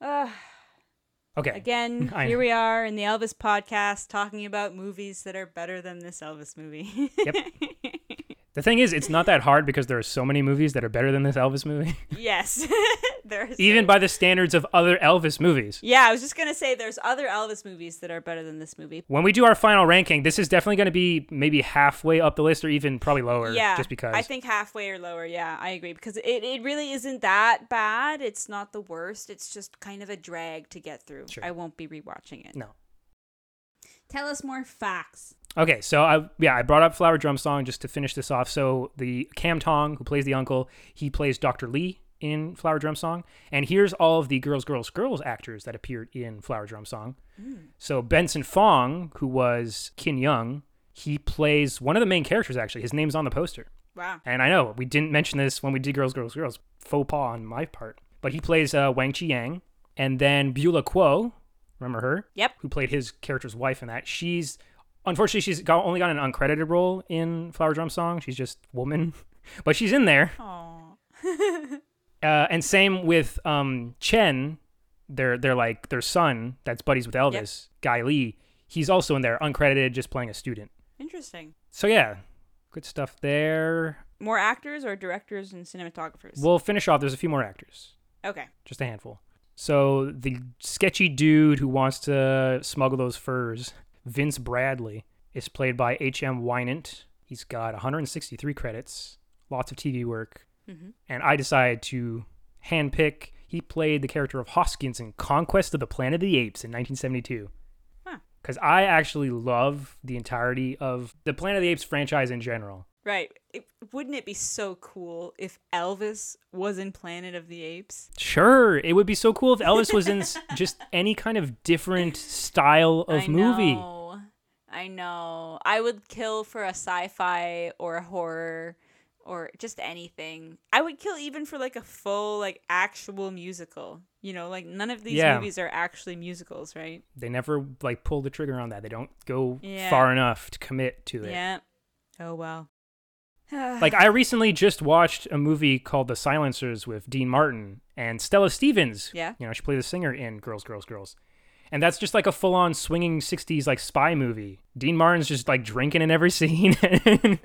[SPEAKER 3] Ugh,
[SPEAKER 2] Okay.
[SPEAKER 3] again,
[SPEAKER 2] I
[SPEAKER 3] here
[SPEAKER 2] know.
[SPEAKER 3] we are in the Elvis podcast talking about movies that are better than this Elvis movie.
[SPEAKER 2] Yep. The thing is, it's not that hard because there are so many movies that are better than this Elvis movie,
[SPEAKER 3] Yes. there's
[SPEAKER 2] even by the standards of other Elvis movies.
[SPEAKER 3] Yeah, I was just gonna say there's other Elvis movies that are better than this movie.
[SPEAKER 2] When we do our final ranking, this is definitely going to be maybe halfway up the list or even probably lower
[SPEAKER 3] yeah,
[SPEAKER 2] just because.
[SPEAKER 3] I think halfway or lower. Yeah, I agree because it, it really isn't that bad. It's not the worst. It's just kind of a drag to get through.
[SPEAKER 2] Sure.
[SPEAKER 3] I won't be rewatching it.
[SPEAKER 2] no.
[SPEAKER 3] Tell us more facts.
[SPEAKER 2] Okay, so I yeah, I brought up Flower Drum Song just to finish this off. So the Cam Tong, who plays the uncle, he plays Dr. Lee in Flower Drum Song. And here's all of the Girls Girls Girls actors that appeared in Flower Drum Song. So Benson Fong, who was Kin Young, he plays one of the main characters actually. His name's on the poster.
[SPEAKER 3] Wow.
[SPEAKER 2] And I know we didn't mention this when we did Girls, Girls, Girls. Faux pas on my part. But he plays uh, Wang Chiang. And then Beulah Kuo, remember her?
[SPEAKER 3] Yep.
[SPEAKER 2] Who played his character's wife in that. She's, unfortunately, she's got, only got an uncredited role in Flower Drum Song. She's just woman. But she's in there.
[SPEAKER 3] Aww.
[SPEAKER 2] Uh, and same with um, Chen, their, their, like, their son that's buddies with Elvis, Guy Lee. He's also in there, uncredited, just playing a student.
[SPEAKER 3] Interesting.
[SPEAKER 2] So yeah, good stuff there.
[SPEAKER 3] More actors or directors and cinematographers?
[SPEAKER 2] We'll finish off. There's a few more actors.
[SPEAKER 3] okay.
[SPEAKER 2] just a handful. So the sketchy dude who wants to smuggle those furs, Vince Bradley, is played by H.M. Wynant. He's got 163 credits, lots of TV work, and I decided to handpick. He played the character of Hoskins in Conquest of the Planet of the Apes in 1972.
[SPEAKER 3] Huh.
[SPEAKER 2] Because I actually love the entirety of the Planet of the Apes franchise in general.
[SPEAKER 3] Right. It, wouldn't it be so cool if Elvis was in Planet of the Apes?
[SPEAKER 2] Sure, it would be so cool if Elvis was in s- just any kind of different style of
[SPEAKER 3] I
[SPEAKER 2] movie.
[SPEAKER 3] Know. I know. I would kill for a sci-fi or a horror or just anything. I would kill even for like a full like actual musical. You know, like none of these
[SPEAKER 2] Yeah.
[SPEAKER 3] movies are actually musicals, right?
[SPEAKER 2] they never like pull the trigger on that. They don't go
[SPEAKER 3] Yeah.
[SPEAKER 2] far enough to commit to it.
[SPEAKER 3] Yeah. Oh well.
[SPEAKER 2] Like I recently just watched a movie called The Silencers with Dean Martin and Stella Stevens.
[SPEAKER 3] Yeah.
[SPEAKER 2] You know, she played the singer in Girls Girls Girls. And that's just like a full-on swinging 60s like spy movie. Dean Martin's just like drinking in every scene. and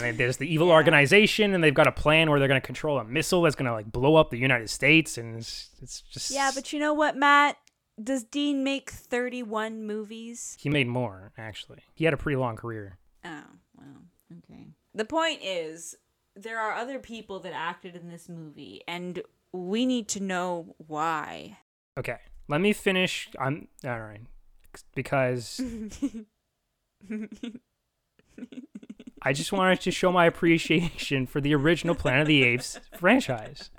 [SPEAKER 2] then there's the evil organization and they've got a plan where they're going to control a missile that's going to like blow up the United States and it's, it's just
[SPEAKER 3] yeah, but you know what, Matt? Does Dean make 31 movies?
[SPEAKER 2] he made more actually. He had a pretty long career.
[SPEAKER 3] Oh, well, okay. The point is, there are other people that acted in this movie, and we need to know why.
[SPEAKER 2] Okay, let me finish. I'm all right because I just wanted to show my appreciation for the original Planet of the Apes franchise.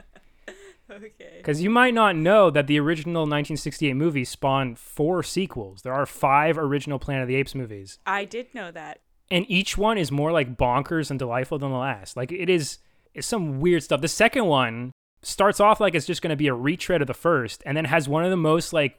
[SPEAKER 3] Okay.
[SPEAKER 2] Because you might not know that the original 1968 movie spawned four sequels. There are five original Planet of the Apes movies,
[SPEAKER 3] I did know that.
[SPEAKER 2] and each one is more like bonkers and delightful than the last. Like it is, it's some weird stuff. The second one starts off like it's just going to be a retread of the first, and then has one of the most like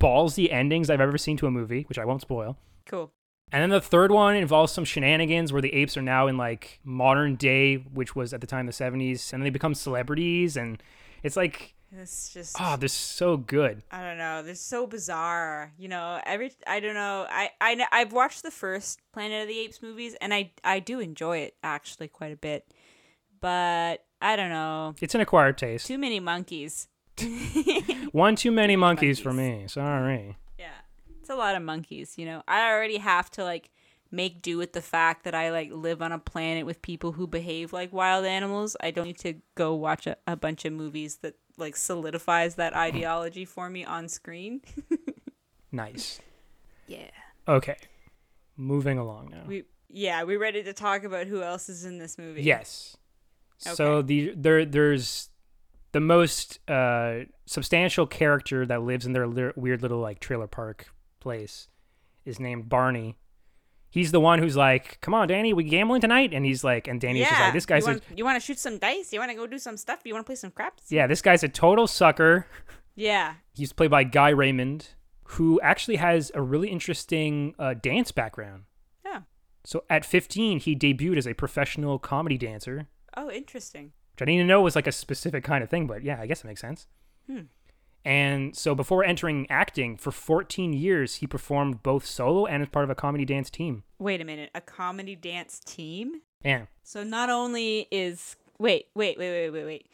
[SPEAKER 2] ballsy endings I've ever seen to a movie, which I won't spoil.
[SPEAKER 3] Cool.
[SPEAKER 2] And then the third one involves some shenanigans where the apes are now in like modern day, which was at the time the 70s, and they become celebrities. And it's like,
[SPEAKER 3] It's just.
[SPEAKER 2] oh, they're so good.
[SPEAKER 3] I don't know. They're so bizarre. You know, every I don't know. I I kn- I've watched the first Planet of the Apes movies and I I do enjoy it actually quite a bit. But I don't know.
[SPEAKER 2] It's an acquired taste.
[SPEAKER 3] Too many monkeys.
[SPEAKER 2] One too many monkeys for me. Sorry.
[SPEAKER 3] Yeah. It's a lot of monkeys, you know. I already have to like make do with the fact that I like live on a planet with people who behave like wild animals. I don't need to go watch a, a bunch of movies that like solidifies that ideology for me on screen.
[SPEAKER 2] Nice.
[SPEAKER 3] Yeah.
[SPEAKER 2] Okay. Moving along now.
[SPEAKER 3] We yeah, we ready to talk about who else is in this movie.
[SPEAKER 2] Yes. So the there there's the most uh, substantial character that lives in their lir- weird little like trailer park place is named Barney. He's the one who's like, "Come on, Danny, we gambling tonight?" And he's like, and Danny's just like, "This guy's
[SPEAKER 3] you
[SPEAKER 2] a,
[SPEAKER 3] want, you want to shoot some dice? You want to go do some stuff? You want to play some craps?
[SPEAKER 2] yeah, this guy's a total sucker."
[SPEAKER 3] Yeah.
[SPEAKER 2] He's played by Guy Raymond, who actually has a really interesting uh, dance background.
[SPEAKER 3] Yeah.
[SPEAKER 2] So at 15, he debuted as a professional comedy dancer.
[SPEAKER 3] Oh, interesting.
[SPEAKER 2] which I didn't even know was like a specific kind of thing, but yeah, I guess it makes sense.
[SPEAKER 3] Hmm.
[SPEAKER 2] And so before entering acting, for 14 years, he performed both solo and as part of a comedy dance team.
[SPEAKER 3] Wait a minute, a comedy dance team?
[SPEAKER 2] Man,
[SPEAKER 3] So not only is wait, wait, wait, wait, wait, wait.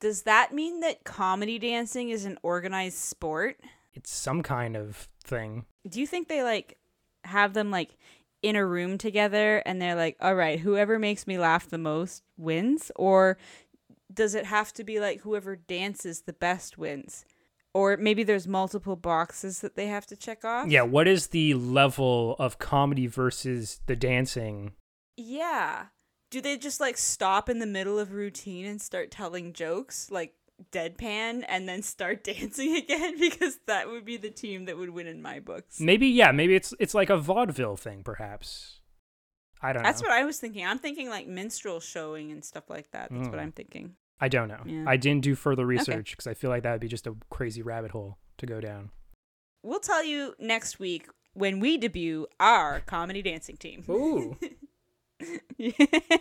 [SPEAKER 3] Does that mean that comedy dancing is an organized sport?
[SPEAKER 2] it's some kind of thing.
[SPEAKER 3] Do you think they like have them like in a room together and they're like, "All right, whoever makes me laugh the most wins?" Or does it have to be like whoever dances the best wins? Or maybe there's multiple boxes that they have to check off?
[SPEAKER 2] Yeah, what is the level of comedy versus the dancing?
[SPEAKER 3] Yeah. Do they just like stop in the middle of routine and start telling jokes like deadpan and then start dancing again because that would be the team that would win in my books.
[SPEAKER 2] Maybe yeah, maybe it's it's like a vaudeville thing perhaps. I don't
[SPEAKER 3] That's
[SPEAKER 2] know.
[SPEAKER 3] what I was thinking. I'm thinking like minstrel showing and stuff like that. That's what
[SPEAKER 2] Mm.
[SPEAKER 3] I'm thinking.
[SPEAKER 2] I don't know.
[SPEAKER 3] Yeah.
[SPEAKER 2] I didn't do further research because I feel like that would be just a crazy rabbit hole to go down.
[SPEAKER 3] We'll tell you next week when we debut our comedy dancing team.
[SPEAKER 2] Ooh.
[SPEAKER 3] yes.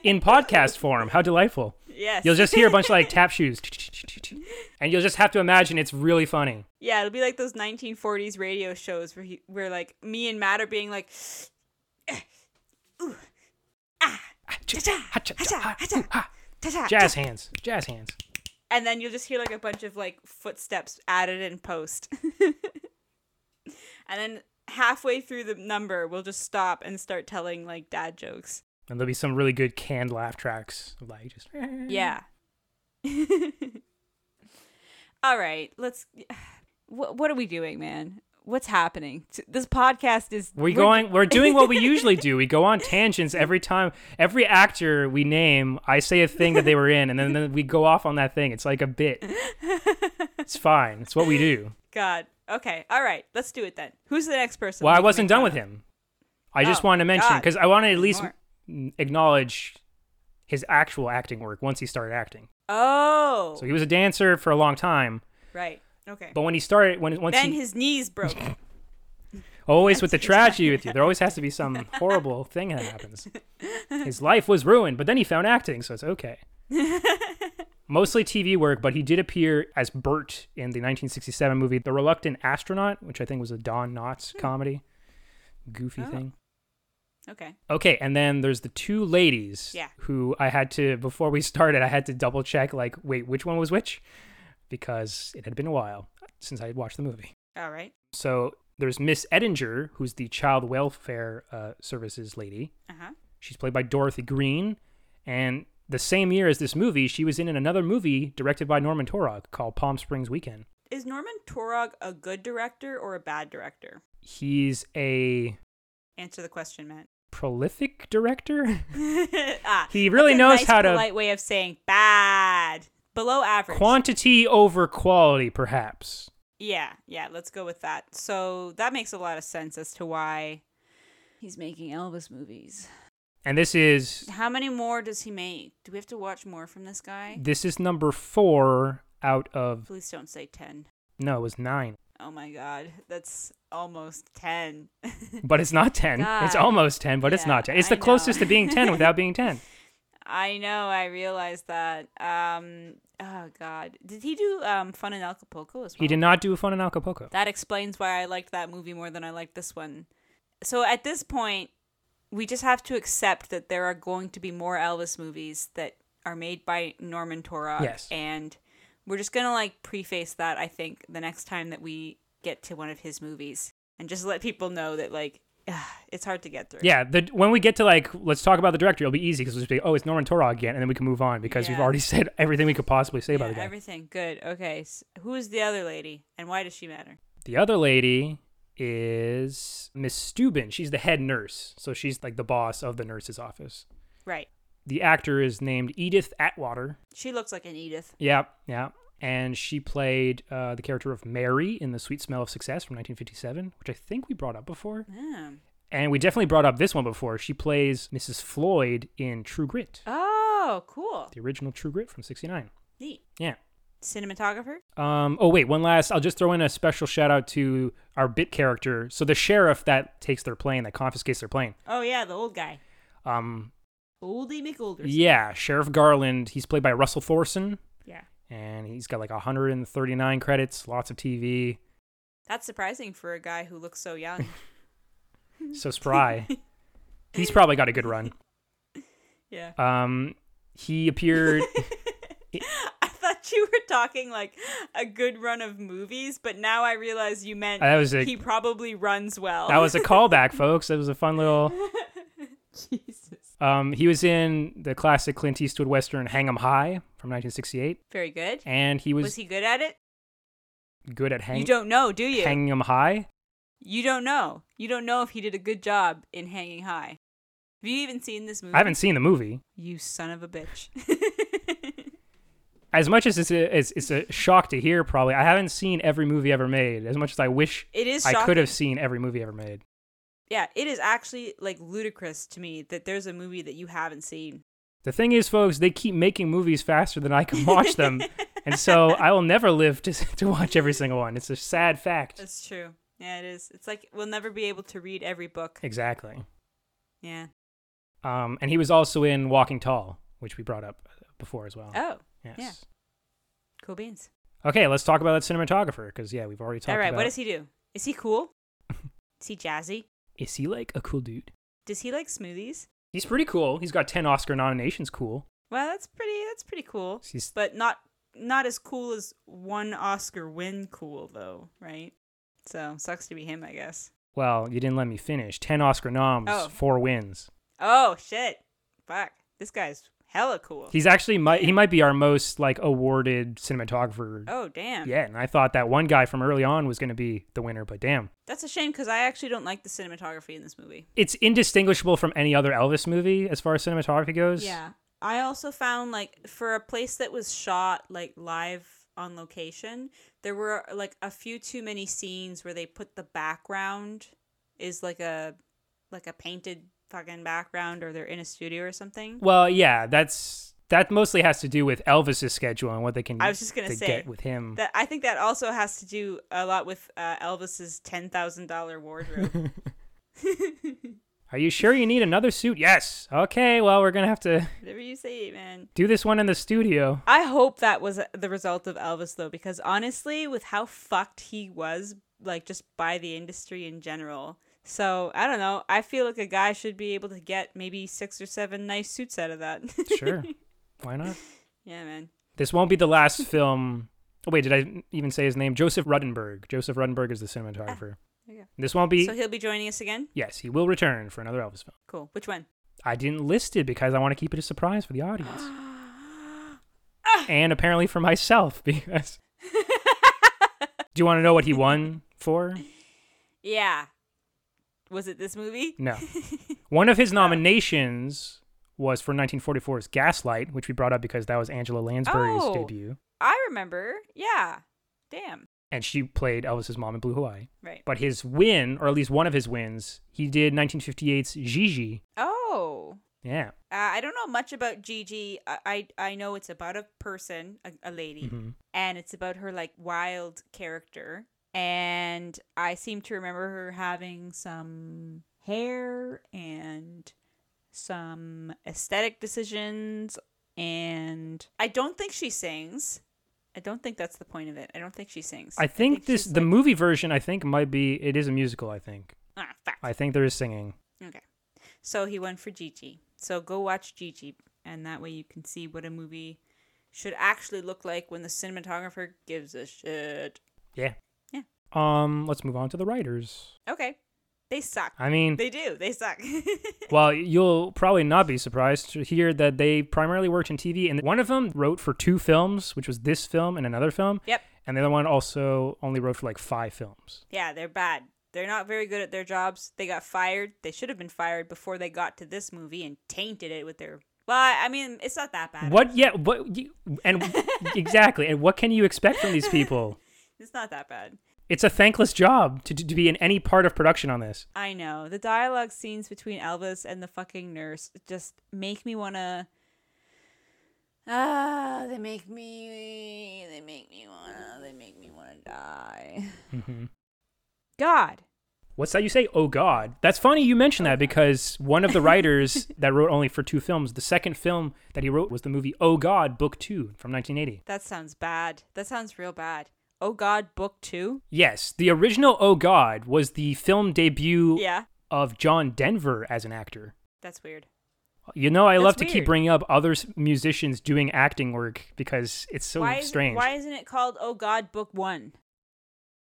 [SPEAKER 2] In podcast form, how delightful. You'll just hear a bunch of like tap shoes. And you'll just have to imagine it's really funny.
[SPEAKER 3] Yeah, it'll be like those 1940s radio shows where he, where like me and Matt are being like, ooh, ah, ta-ta."
[SPEAKER 2] Jazz hands. Jazz hands.
[SPEAKER 3] and then you'll just hear like a bunch of like footsteps added in post, and then halfway through the number, we'll just stop and start telling like dad jokes.
[SPEAKER 2] And there'll be some really good canned laugh tracks of like just eh.
[SPEAKER 3] Yeah. All right, let's. What what are we doing, man? What's happening? T- This podcast is
[SPEAKER 2] We're
[SPEAKER 3] we're-
[SPEAKER 2] going. We're doing what we usually do. We go on tangents every time. Every actor we name, I say a thing that they were in, and then, then we go off on that thing. It's like a bit. It's fine. It's what we do.
[SPEAKER 3] God. Okay. All right. Let's do it then. Who's the next person?
[SPEAKER 2] Well,
[SPEAKER 3] we
[SPEAKER 2] I
[SPEAKER 3] can
[SPEAKER 2] wasn't
[SPEAKER 3] make
[SPEAKER 2] done
[SPEAKER 3] fun
[SPEAKER 2] with
[SPEAKER 3] of?
[SPEAKER 2] him. I just
[SPEAKER 3] Oh,
[SPEAKER 2] wanted to mention
[SPEAKER 3] God.
[SPEAKER 2] because I want to at least
[SPEAKER 3] More.
[SPEAKER 2] m- acknowledge his actual acting work once he started acting.
[SPEAKER 3] Oh.
[SPEAKER 2] So he was a dancer for a long time,
[SPEAKER 3] right. Okay.
[SPEAKER 2] but when he started, when once
[SPEAKER 3] then
[SPEAKER 2] he,
[SPEAKER 3] his knees broke.
[SPEAKER 2] always with the tragedy with you, there always has to be some horrible thing that happens. His life was ruined, but then he found acting, so it's okay. mostly TV work, but he did appear as Bert in the 1967 movie The Reluctant Astronaut, which I think was a Don Knotts comedy. Goofy
[SPEAKER 3] Hmm. Oh.
[SPEAKER 2] thing.
[SPEAKER 3] okay.
[SPEAKER 2] Okay, and then there's the two ladies
[SPEAKER 3] Yeah.
[SPEAKER 2] who I had to before we started, I had to double check like wait, which one was which because it had been a while since I had watched the movie.
[SPEAKER 3] All right.
[SPEAKER 2] So there's Miss Edinger, who's the child welfare uh, services lady.
[SPEAKER 3] Uh huh.
[SPEAKER 2] She's played by Dorothy Green. And the same year as this movie, she was in another movie directed by Norman Torog called Palm Springs Weekend.
[SPEAKER 3] Is Norman Torog a good director or a bad director?
[SPEAKER 2] He's a
[SPEAKER 3] Answer the question, Matt.
[SPEAKER 2] prolific director,
[SPEAKER 3] ah,
[SPEAKER 2] He really
[SPEAKER 3] that's a
[SPEAKER 2] knows
[SPEAKER 3] nice,
[SPEAKER 2] how to-
[SPEAKER 3] Polite way of saying bad, below average.
[SPEAKER 2] quantity over quality, perhaps.
[SPEAKER 3] Yeah, yeah, let's go with that. So that makes a lot of sense as to why he's making Elvis movies.
[SPEAKER 2] And this is
[SPEAKER 3] How many more does he make? Do we have to watch more from this guy?
[SPEAKER 2] this is number four out of
[SPEAKER 3] Please don't say 10.
[SPEAKER 2] no, it was nine,
[SPEAKER 3] Oh my god, that's almost 10.
[SPEAKER 2] but it's not ten. It's
[SPEAKER 3] God.
[SPEAKER 2] almost ten, but it's
[SPEAKER 3] Yeah,
[SPEAKER 2] not ten. It's
[SPEAKER 3] I
[SPEAKER 2] the
[SPEAKER 3] know.
[SPEAKER 2] closest to being ten without being ten.
[SPEAKER 3] I know, I realized that. Um oh god. Did he do um Fun in Acapulco as well?
[SPEAKER 2] He did not do fun in Acapulco.
[SPEAKER 3] That explains why I liked that movie more than I liked this one. So at this point, we just have to accept that there are going to be more Elvis movies that are made by Norman Torok.
[SPEAKER 2] Yes.
[SPEAKER 3] And we're just going to like preface that, I think, the next time that we get to one of his movies and just let people know that like it's hard to get through.
[SPEAKER 2] Yeah, the, when we get to like, let's talk about the director. It'll be easy because we'll just be, oh, it's Norman Torog again, and then we can move on because we've
[SPEAKER 3] Yeah.
[SPEAKER 2] already said everything we could possibly say about
[SPEAKER 3] Yeah,
[SPEAKER 2] the guy.
[SPEAKER 3] everything. Good. Okay. S who is the other lady and why does she matter?
[SPEAKER 2] the other lady is Miss Steuben. She's the head nurse, so she's like the boss of the nurse's office.
[SPEAKER 3] Right.
[SPEAKER 2] The actor is named Edith Atwater.
[SPEAKER 3] She looks like an Edith.
[SPEAKER 2] Yeah, yeah, and she played uh, the character of Mary in *The Sweet Smell of Success* from 1957, which I think we brought up before,
[SPEAKER 3] Yeah.
[SPEAKER 2] and we definitely brought up this one before. She plays Mrs. Floyd in *True Grit*,
[SPEAKER 3] Oh, cool.
[SPEAKER 2] the original *True Grit* from '69.
[SPEAKER 3] Neat.
[SPEAKER 2] Yeah.
[SPEAKER 3] Cinematographer?
[SPEAKER 2] Um, oh wait, one last. I'll just throw in a special shout out to our bit character. So the sheriff that takes their plane, that confiscates their plane.
[SPEAKER 3] Oh yeah, the old guy.
[SPEAKER 2] Um,
[SPEAKER 3] Oldie McOlderson.
[SPEAKER 2] yeah, Sheriff Garland. He's played by Russell Thorson.
[SPEAKER 3] Yeah.
[SPEAKER 2] and he's got like 139 credits, lots of TV.
[SPEAKER 3] That's surprising for a guy who looks so young.
[SPEAKER 2] So spry. he's probably got a good run.
[SPEAKER 3] Yeah.
[SPEAKER 2] Um, he appeared.
[SPEAKER 3] I thought you were talking like a good run of movies, but now I realize you meant
[SPEAKER 2] That was a-
[SPEAKER 3] he probably runs well.
[SPEAKER 2] that was a callback, folks. That was a fun little.
[SPEAKER 3] Jesus.
[SPEAKER 2] Um, he was in the classic Clint Eastwood western Hang 'Em High from 1968,
[SPEAKER 3] Very good.
[SPEAKER 2] and he
[SPEAKER 3] Was,
[SPEAKER 2] was,
[SPEAKER 3] he good at it?
[SPEAKER 2] good at hang,
[SPEAKER 3] you don't know, do you?
[SPEAKER 2] hanging 'em high.
[SPEAKER 3] you don't know. You don't know if he did a good job in Hanging High. Have you even seen this movie?
[SPEAKER 2] I haven't seen the movie.
[SPEAKER 3] You son of a bitch.
[SPEAKER 2] As much as it's a, it's, it's a shock to hear, probably I haven't seen every movie ever made. As much as I wish
[SPEAKER 3] it is.
[SPEAKER 2] I could
[SPEAKER 3] shocking.
[SPEAKER 2] have seen every movie ever made.
[SPEAKER 3] Yeah, it is actually like ludicrous to me that there's a movie that you haven't seen.
[SPEAKER 2] The thing is, folks, they keep making movies faster than I can watch them, and so I will never live to to watch every single one. It's a sad fact.
[SPEAKER 3] That's true. Yeah, it is. It's like we'll never be able to read every book.
[SPEAKER 2] Exactly.
[SPEAKER 3] Yeah.
[SPEAKER 2] Um, and he was also in Walking Tall, which we brought up before as well.
[SPEAKER 3] Oh,
[SPEAKER 2] yes.
[SPEAKER 3] yeah. cool beans.
[SPEAKER 2] Okay, let's talk about that cinematographer because yeah, we've already talked.
[SPEAKER 3] All right,
[SPEAKER 2] About,
[SPEAKER 3] what does he do? Is he cool? is he jazzy?
[SPEAKER 2] Is he like a cool dude?
[SPEAKER 3] Does he like smoothies?
[SPEAKER 2] He's pretty cool. He's got ten Oscar nominations. Cool.
[SPEAKER 3] Well, that's pretty. That's pretty cool.
[SPEAKER 2] He's-
[SPEAKER 3] But not not as cool as one Oscar win cool though, right? So sucks to be him, I guess.
[SPEAKER 2] Well, you didn't let me finish. Ten Oscar noms,
[SPEAKER 3] Oh.
[SPEAKER 2] four wins.
[SPEAKER 3] Oh shit! Fuck, this guy's hella cool.
[SPEAKER 2] He's actually might he might be our most like awarded cinematographer
[SPEAKER 3] oh damn.
[SPEAKER 2] yet. And I thought that one guy from early on was going to be the winner, but damn,
[SPEAKER 3] That's a shame because I actually don't like the cinematography in this movie.
[SPEAKER 2] it's indistinguishable from any other Elvis movie as far as cinematography goes.
[SPEAKER 3] Yeah. I also found like for a place that was shot like live on location, there were like a few too many scenes where they put the background is like a like a painted fucking background or they're in a studio or something.
[SPEAKER 2] Well, yeah, that's that mostly has to do with Elvis's schedule and what they can.
[SPEAKER 3] I was just gonna
[SPEAKER 2] they
[SPEAKER 3] say
[SPEAKER 2] get with him.
[SPEAKER 3] That I think that also has to do a lot with uh, Elvis's ten thousand dollar wardrobe.
[SPEAKER 2] Are you sure you need another suit? Yes. Okay. Well, we're gonna have to
[SPEAKER 3] Whatever you say, man.
[SPEAKER 2] do this one in the studio.
[SPEAKER 3] I hope that was the result of Elvis though, because honestly, with how fucked he was, like just by the industry in general. So I don't know. I feel like a guy should be able to get maybe six or seven nice suits out of that.
[SPEAKER 2] Sure. Why not?
[SPEAKER 3] yeah, man.
[SPEAKER 2] This won't be the last film. Oh, wait, did I even say his name? Joseph Ruddenberg. Joseph Ruddenberg is the cinematographer.
[SPEAKER 3] Ah, there you go.
[SPEAKER 2] This won't be.
[SPEAKER 3] So he'll be joining us again.
[SPEAKER 2] yes, he will return for another Elvis film.
[SPEAKER 3] Cool. Which one?
[SPEAKER 2] I didn't list it because I want to keep it a surprise for the audience. and apparently for myself, because. Do you want to know what he won for?
[SPEAKER 3] Yeah. Was it this movie?
[SPEAKER 2] No. One of his nominations was for 1944's Gaslight, which we brought up because that was Angela Lansbury's
[SPEAKER 3] Oh.
[SPEAKER 2] debut.
[SPEAKER 3] I remember. Yeah. Damn.
[SPEAKER 2] And she played Elvis's mom in Blue Hawaii.
[SPEAKER 3] Right.
[SPEAKER 2] But his win, or at least one of his wins, he did 1958's Gigi.
[SPEAKER 3] Oh.
[SPEAKER 2] Yeah.
[SPEAKER 3] Uh, I don't know much about Gigi. I I, I know it's about a person, a, a lady,
[SPEAKER 2] Mhm.
[SPEAKER 3] and it's about her like wild character. And I seem to remember her having some hair and some aesthetic decisions. And I don't think she sings. I don't think that's the point of it. I don't think she sings.
[SPEAKER 2] I think, this,
[SPEAKER 3] she's
[SPEAKER 2] the
[SPEAKER 3] like-
[SPEAKER 2] movie version, I think might be, it is a musical, I think.
[SPEAKER 3] Ah, fuck.
[SPEAKER 2] I think there is singing.
[SPEAKER 3] Okay. So he went for Gigi. So go watch Gigi, and that way you can see what a movie should actually look like when the cinematographer gives a shit.
[SPEAKER 2] Yeah.
[SPEAKER 3] Yeah.
[SPEAKER 2] Um, let's move on to the writers.
[SPEAKER 3] Okay. They suck.
[SPEAKER 2] I mean,
[SPEAKER 3] They do. They suck.
[SPEAKER 2] well, you'll probably not be surprised to hear that they primarily worked in TV, and one of them wrote for two films, which was this film and another film,
[SPEAKER 3] yep.
[SPEAKER 2] and the other one also only wrote for like five films.
[SPEAKER 3] Yeah, they're bad. They're not very good at their jobs. They got fired. They should have been fired before they got to this movie and tainted it with their. Well, I mean, it's not that bad.
[SPEAKER 2] What? Yeah. What? You, and exactly. And what can you expect from these people?
[SPEAKER 3] It's not that bad.
[SPEAKER 2] It's a thankless job to, to be in any part of production on this.
[SPEAKER 3] I know. The dialogue scenes between Elvis and the fucking nurse just make me wanna Ah, they make me
[SPEAKER 2] Mm-hmm.
[SPEAKER 3] they make me wanna they make me wanna die. God.
[SPEAKER 2] What's that you say? Oh God. That's funny you mentioned that because one of the writers that wrote only for two films, the second film that he wrote was the movie Oh God, Book Two from 1980.
[SPEAKER 3] That sounds bad. That sounds real bad. Oh God, book two.
[SPEAKER 2] Yes, the original Oh God was the film debut
[SPEAKER 3] Yeah,
[SPEAKER 2] of John Denver as an actor.
[SPEAKER 3] that's weird.
[SPEAKER 2] You know, I
[SPEAKER 3] That's
[SPEAKER 2] love to
[SPEAKER 3] weird.
[SPEAKER 2] keep bringing up other s- musicians doing acting work because it's so
[SPEAKER 3] why is
[SPEAKER 2] strange.
[SPEAKER 3] It, why isn't it called Oh God, book one?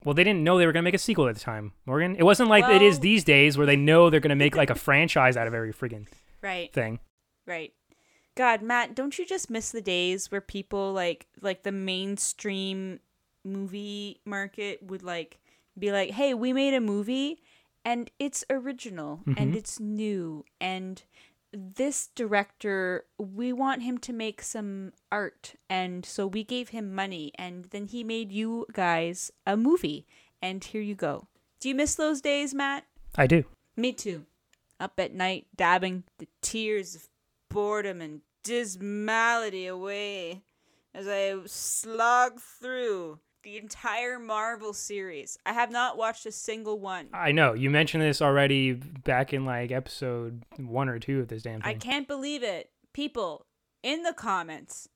[SPEAKER 2] Well, they didn't know they were going to make a sequel at the time, Morgan. It wasn't like it is
[SPEAKER 3] Well-
[SPEAKER 2] these days where they know they're going to make like a franchise out of every friggin'
[SPEAKER 3] Right,
[SPEAKER 2] thing.
[SPEAKER 3] right. God, Matt, don't you just miss the days where people like like the mainstream movie market would like be like, "Hey, we made a movie and it's original and it's new and this director we want him to make some art and so we gave him money and then he made you guys a movie and here you go." Do you miss those days, Matt?
[SPEAKER 2] I do.
[SPEAKER 3] Me too. Up at night, dabbing the tears of boredom and dismality away as I slog through the entire Marvel series. I have not watched a single one.
[SPEAKER 2] I know. You mentioned this already back in like episode one or two of this damn
[SPEAKER 3] I
[SPEAKER 2] thing.
[SPEAKER 3] can't believe it. People in the comments,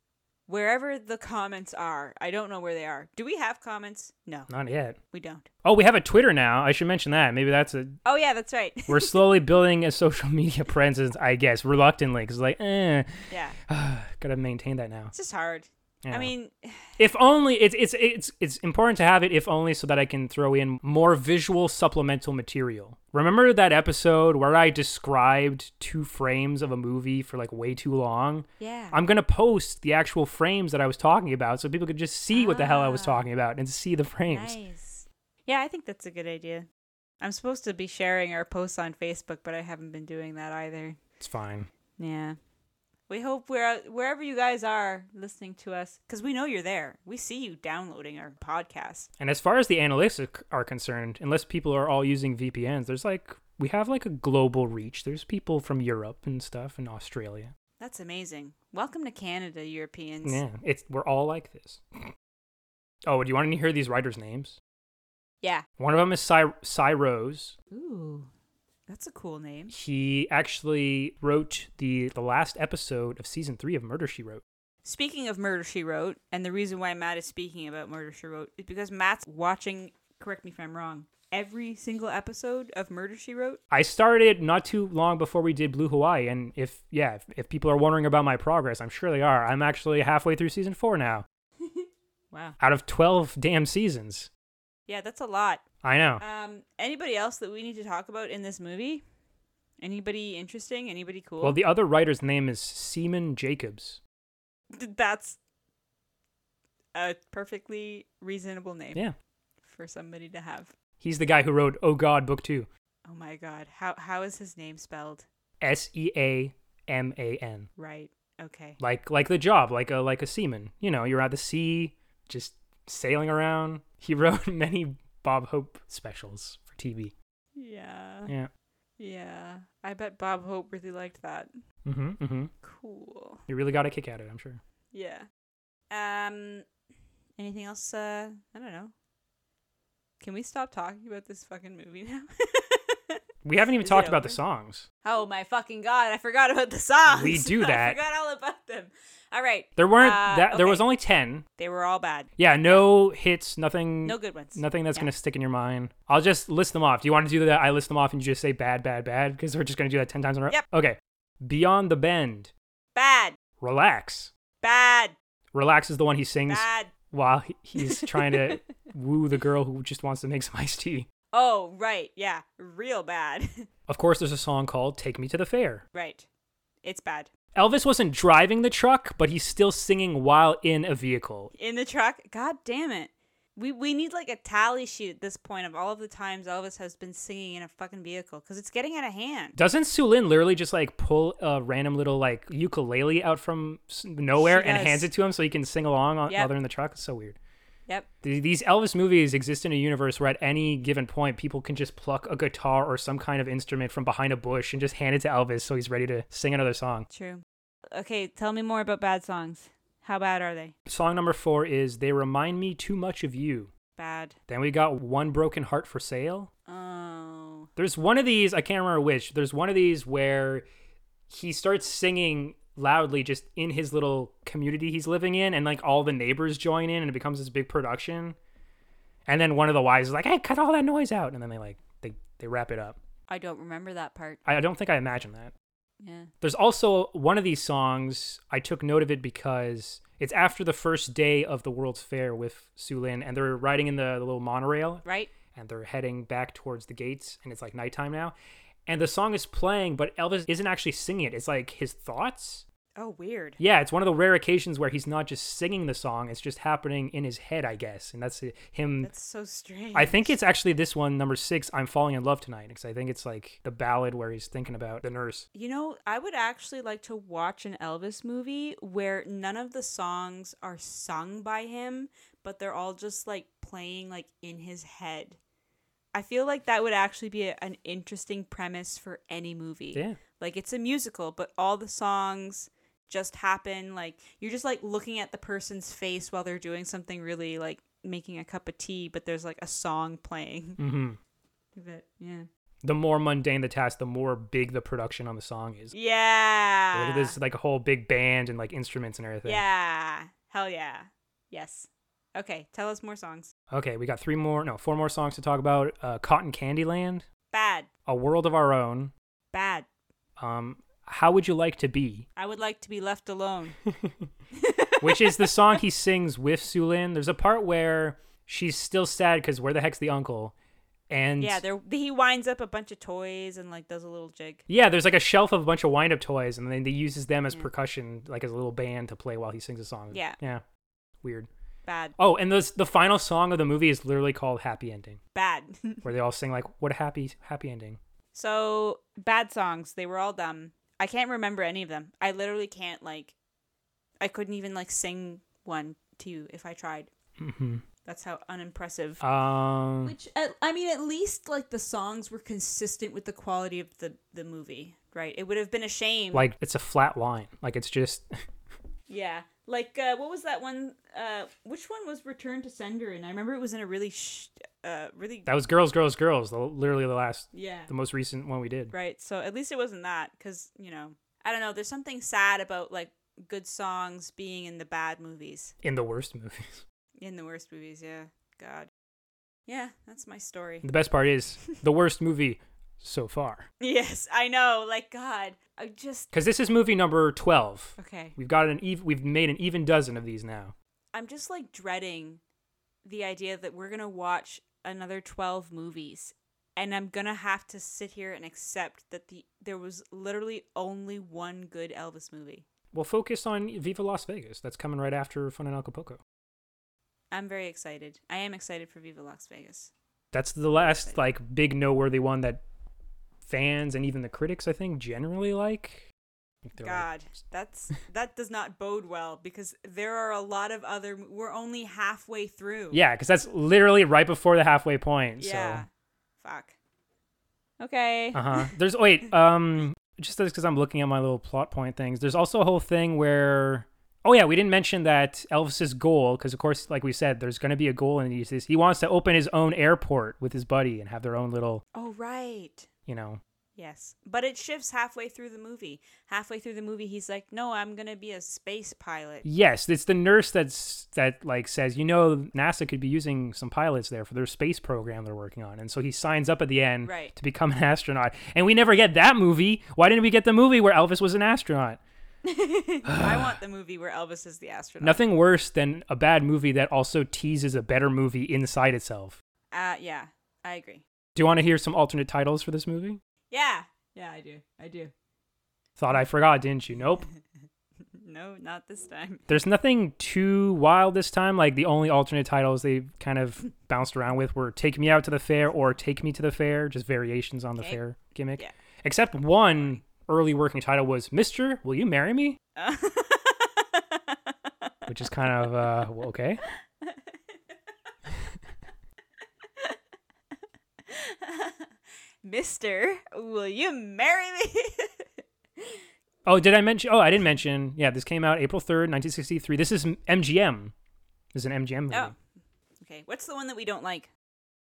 [SPEAKER 3] wherever the comments are, I don't know where they are. Do we have comments? No,
[SPEAKER 2] Not yet.
[SPEAKER 3] we don't.
[SPEAKER 2] Oh, we have a Twitter now. I should mention that. Maybe that's a.
[SPEAKER 3] Oh, yeah, that's right.
[SPEAKER 2] We're slowly building a social media presence, I guess, reluctantly, because like, eh,
[SPEAKER 3] yeah,
[SPEAKER 2] gotta maintain that now.
[SPEAKER 3] it's just hard.
[SPEAKER 2] Yeah.
[SPEAKER 3] I mean,
[SPEAKER 2] if only it's it's it's it's important to have it if only so that I can throw in more visual supplemental material. Remember that episode where I described two frames of a movie for like way too long?
[SPEAKER 3] yeah.
[SPEAKER 2] I'm going to post the actual frames that I was talking about so people could just see what the hell I was
[SPEAKER 3] Ah.
[SPEAKER 2] talking about and see the frames.
[SPEAKER 3] Nice. Yeah, I think that's a good idea. I'm supposed to be sharing our posts on Facebook, but I haven't been doing that either.
[SPEAKER 2] It's fine.
[SPEAKER 3] Yeah. We hope where wherever you guys are listening to us, because we know you're there. We see you downloading our podcast.
[SPEAKER 2] And as far as the analytics are- are concerned, unless people are all using VPNs, there's like we have like a global reach. There's people from Europe and stuff and Australia.
[SPEAKER 3] That's amazing. Welcome to Canada, Europeans.
[SPEAKER 2] Yeah, it's we're all like this. Oh, do you want to hear these writers' names?
[SPEAKER 3] Yeah.
[SPEAKER 2] One of them is Cy, Cy Rose.
[SPEAKER 3] Ooh, that's a cool name.
[SPEAKER 2] He actually wrote the the last episode of season three of Murder She Wrote.
[SPEAKER 3] Speaking of Murder She Wrote, and the reason why Matt is speaking about Murder She Wrote is because Matt's watching. Correct me if I'm wrong. Every single episode of Murder She Wrote.
[SPEAKER 2] I started not too long before we did Blue Hawaii, and if yeah, if, if people are wondering about my progress, I'm sure they are. I'm actually halfway through season four now,
[SPEAKER 3] Wow.
[SPEAKER 2] out of twelve damn seasons.
[SPEAKER 3] Yeah, that's a lot.
[SPEAKER 2] I know.
[SPEAKER 3] Um, anybody else that we need to talk about in this movie? Anybody interesting? Anybody cool?
[SPEAKER 2] Well, the other writer's name is Seaman Jacobs.
[SPEAKER 3] Th- that's a perfectly reasonable name
[SPEAKER 2] Yeah,
[SPEAKER 3] for somebody to have.
[SPEAKER 2] he's the guy who wrote Oh God Book Two.
[SPEAKER 3] Oh my god, how how is his name spelled?
[SPEAKER 2] S E A M A N.
[SPEAKER 3] Right. Okay.
[SPEAKER 2] Like like the job, like a like a seaman. You know, you're at the sea, just sailing around. He wrote many Bob Hope specials for TV.
[SPEAKER 3] Yeah.
[SPEAKER 2] Yeah.
[SPEAKER 3] Yeah. I bet Bob Hope really liked that.
[SPEAKER 2] Mm-hmm. Mm-hmm.
[SPEAKER 3] Cool.
[SPEAKER 2] You really got a kick out of it, I'm sure.
[SPEAKER 3] Yeah. Um anything else uh I don't know. Can we stop talking about this fucking movie now?
[SPEAKER 2] We haven't even
[SPEAKER 3] Is it
[SPEAKER 2] talked about the
[SPEAKER 3] over?
[SPEAKER 2] songs.
[SPEAKER 3] Oh my fucking god! I forgot about the songs.
[SPEAKER 2] We do that.
[SPEAKER 3] I forgot all about them. All right.
[SPEAKER 2] There weren't
[SPEAKER 3] Uh,
[SPEAKER 2] that there was
[SPEAKER 3] okay.
[SPEAKER 2] only ten.
[SPEAKER 3] They were all bad.
[SPEAKER 2] Yeah, no hits, nothing
[SPEAKER 3] No good ones.
[SPEAKER 2] nothing that's
[SPEAKER 3] Yeah.
[SPEAKER 2] gonna stick in your mind. I'll just list them off. Do you want to do that? I list them off and you just say bad, bad, bad, because we're just gonna do that ten times in a row.
[SPEAKER 3] Yep.
[SPEAKER 2] Okay. Beyond the Bend.
[SPEAKER 3] Bad.
[SPEAKER 2] Relax.
[SPEAKER 3] Bad.
[SPEAKER 2] Relax is the one he sings
[SPEAKER 3] Bad.
[SPEAKER 2] while he- he's trying to woo the girl who just wants to make some iced tea.
[SPEAKER 3] Oh right. Yeah. Real bad.
[SPEAKER 2] Of course, there's a song called Take Me to the Fair.
[SPEAKER 3] right. It's bad.
[SPEAKER 2] Elvis wasn't driving the truck, but he's still singing while in a vehicle.
[SPEAKER 3] In the truck. God damn it. We we need like a tally sheet at this point of all of the times Elvis has been singing in a fucking vehicle because it's getting out of hand.
[SPEAKER 2] Doesn't Sulin literally just like pull a random little like ukulele out from s- nowhere
[SPEAKER 3] She
[SPEAKER 2] and
[SPEAKER 3] does.
[SPEAKER 2] hands it to him so he can sing along on, while
[SPEAKER 3] Yep.
[SPEAKER 2] they're in the truck? It's so weird.
[SPEAKER 3] Yep.
[SPEAKER 2] Th- These Elvis movies exist in a universe where at any given point people can just pluck a guitar or some kind of instrument from behind a bush and just hand it to Elvis so he's ready to sing another song.
[SPEAKER 3] True. Okay. Tell me more about bad songs. How bad are they?
[SPEAKER 2] Song number four is They Remind Me Too Much of You.
[SPEAKER 3] Bad.
[SPEAKER 2] Then we got One Broken Heart for Sale.
[SPEAKER 3] Oh.
[SPEAKER 2] There's one of these, I can't remember which. There's one of these where he starts singing loudly just in his little community he's living in, and like all the neighbors join in, and it becomes this big production. And then one of the wives is like, "Hey, cut all that noise out!" And then they like they they wrap it up.
[SPEAKER 3] I don't remember that part.
[SPEAKER 2] I I don't think I imagined that.
[SPEAKER 3] Yeah.
[SPEAKER 2] There's also one of these songs. I took note of it because it's after the first day of the World's Fair with Sue Lin, and they're riding in the, the little monorail
[SPEAKER 3] Right?
[SPEAKER 2] and they're heading back towards the gates and it's like nighttime now and the song is playing but elvis isn't actually singing it it's like his thoughts
[SPEAKER 3] Oh, weird.
[SPEAKER 2] yeah it's one of the rare occasions where he's not just singing the song it's just happening in his head i guess and that's him
[SPEAKER 3] That's so strange.
[SPEAKER 2] Mm. i think it's actually this one number six i'm falling in love tonight because i think it's like the ballad where he's thinking about the nurse
[SPEAKER 3] You know, I would actually like to watch an Elvis movie where none of the songs are sung by him, but they're all just like playing like in his head. I feel like that would actually be a, an interesting premise for any movie.
[SPEAKER 2] yeah
[SPEAKER 3] Like it's a musical, but all the songs just happen like you're just like looking at the person's face while they're doing something really like making a cup of tea, but there's like a song playing.
[SPEAKER 2] hmm
[SPEAKER 3] But yeah.
[SPEAKER 2] the more mundane the task the more big the production on the song is
[SPEAKER 3] Yeah.
[SPEAKER 2] like, there's like a whole big band and like instruments and everything
[SPEAKER 3] Yeah. Hell yeah. Yes. Okay, tell us more songs.
[SPEAKER 2] okay we got three more no four more songs to talk about uh, cotton candy land
[SPEAKER 3] Bad.
[SPEAKER 2] a world of our own
[SPEAKER 3] Bad.
[SPEAKER 2] um how would you like to be
[SPEAKER 3] I would like to be left alone.
[SPEAKER 2] which is the song he sings with Sulin. There's a part where she's still sad because where the heck's the uncle and
[SPEAKER 3] yeah, there he winds up a bunch of toys and like does a little jig.
[SPEAKER 2] yeah, there's like a shelf of a bunch of wind up toys, and then he uses them as percussion, like as a little band to play while he sings a song.
[SPEAKER 3] Mm. Yeah.
[SPEAKER 2] Yeah. Weird.
[SPEAKER 3] Bad.
[SPEAKER 2] Oh, and this, the final song of the movie is literally called Happy Ending,
[SPEAKER 3] Bad.
[SPEAKER 2] where they all sing, like, what a happy, happy ending.
[SPEAKER 3] so, bad songs, they were all dumb. I can't remember any of them. I literally can't like I couldn't even like sing one to you if I tried.
[SPEAKER 2] hmm
[SPEAKER 3] That's how unimpressive.
[SPEAKER 2] Um,
[SPEAKER 3] Which at, I mean, at least like the songs were consistent with the quality of the the movie, right? It would have been a shame.
[SPEAKER 2] like, it's a flat line. Like, it's just,
[SPEAKER 3] yeah, like uh, what was that one? Uh, which one was Return to Sender? And I remember it was in a really, sh- uh, really
[SPEAKER 2] that was Girls, Girls, Girls, the, literally the last,
[SPEAKER 3] yeah,
[SPEAKER 2] the most recent one we did.
[SPEAKER 3] right. So at least it wasn't that, because you know, I don't know. There's something sad about like good songs being in the bad movies,
[SPEAKER 2] In the worst movies.
[SPEAKER 3] in the worst movies. Yeah, God. Yeah, that's my story.
[SPEAKER 2] The best part is the worst movie so far.
[SPEAKER 3] yes, I know. Like God, I just
[SPEAKER 2] Because this is movie number 12.
[SPEAKER 3] okay.
[SPEAKER 2] We've got an ev- we've made an even dozen of these now.
[SPEAKER 3] I'm just like dreading the idea that we're gonna watch another 12 movies, and I'm gonna have to sit here and accept that the there was literally only one good Elvis movie.
[SPEAKER 2] We'll focus on Viva Las Vegas. That's coming right after Fun in Acapulco.
[SPEAKER 3] I'm very excited. I am excited for Viva Las Vegas.
[SPEAKER 2] That's the last like big noteworthy one that fans and even the critics I think generally like. I think they're like-
[SPEAKER 3] God, that's that does not bode well because there are a lot of other. mo- We're only halfway through.
[SPEAKER 2] yeah, because that's literally right before the halfway point.
[SPEAKER 3] Yeah. Fuck. Okay.
[SPEAKER 2] So. Uh huh. There's wait. Um, just because I'm looking at my little plot point things. There's also a whole thing where. Oh yeah, we didn't mention that Elvis's goal, because of course, like we said, there's going to be a goal, and he says he wants to open his own airport with his buddy and have their own little,
[SPEAKER 3] Oh right.
[SPEAKER 2] you know,
[SPEAKER 3] Yes. But it shifts halfway through the movie. Halfway through the movie, he's like, no, I'm going to be a space pilot.
[SPEAKER 2] Yes, it's the nurse that's that like says, you know, NASA could be using some pilots there for their space program they're working on, and so he signs up at the end
[SPEAKER 3] Right.
[SPEAKER 2] to become an astronaut. And we never get that movie. Why didn't we get the movie where Elvis was an astronaut?
[SPEAKER 3] I want the movie where Elvis is the astronaut.
[SPEAKER 2] Nothing worse than a bad movie that also teases a better movie inside itself.
[SPEAKER 3] Uh, yeah, I agree.
[SPEAKER 2] Do you want to hear some alternate titles for this movie?
[SPEAKER 3] Yeah. Yeah, I do. I do.
[SPEAKER 2] Thought I forgot, didn't you? Nope.
[SPEAKER 3] No, not this time.
[SPEAKER 2] There's nothing too wild this time. Like the only alternate titles they kind of bounced around with were "Take Me Out to the Fair" or "Take Me to the Fair," just variations on the
[SPEAKER 3] Okay.
[SPEAKER 2] fair gimmick.
[SPEAKER 3] Yeah.
[SPEAKER 2] Except one early working title was "Mister, Will You Marry Me,"
[SPEAKER 3] Uh,
[SPEAKER 2] which is kind of uh, well, okay.
[SPEAKER 3] Mister, will you marry me?
[SPEAKER 2] Oh, did I mention? Oh, I didn't mention. Yeah, this came out April third, nineteen sixty three. This is m- MGM. This is an MGM movie.
[SPEAKER 3] oh. Okay. What's the one that we don't like?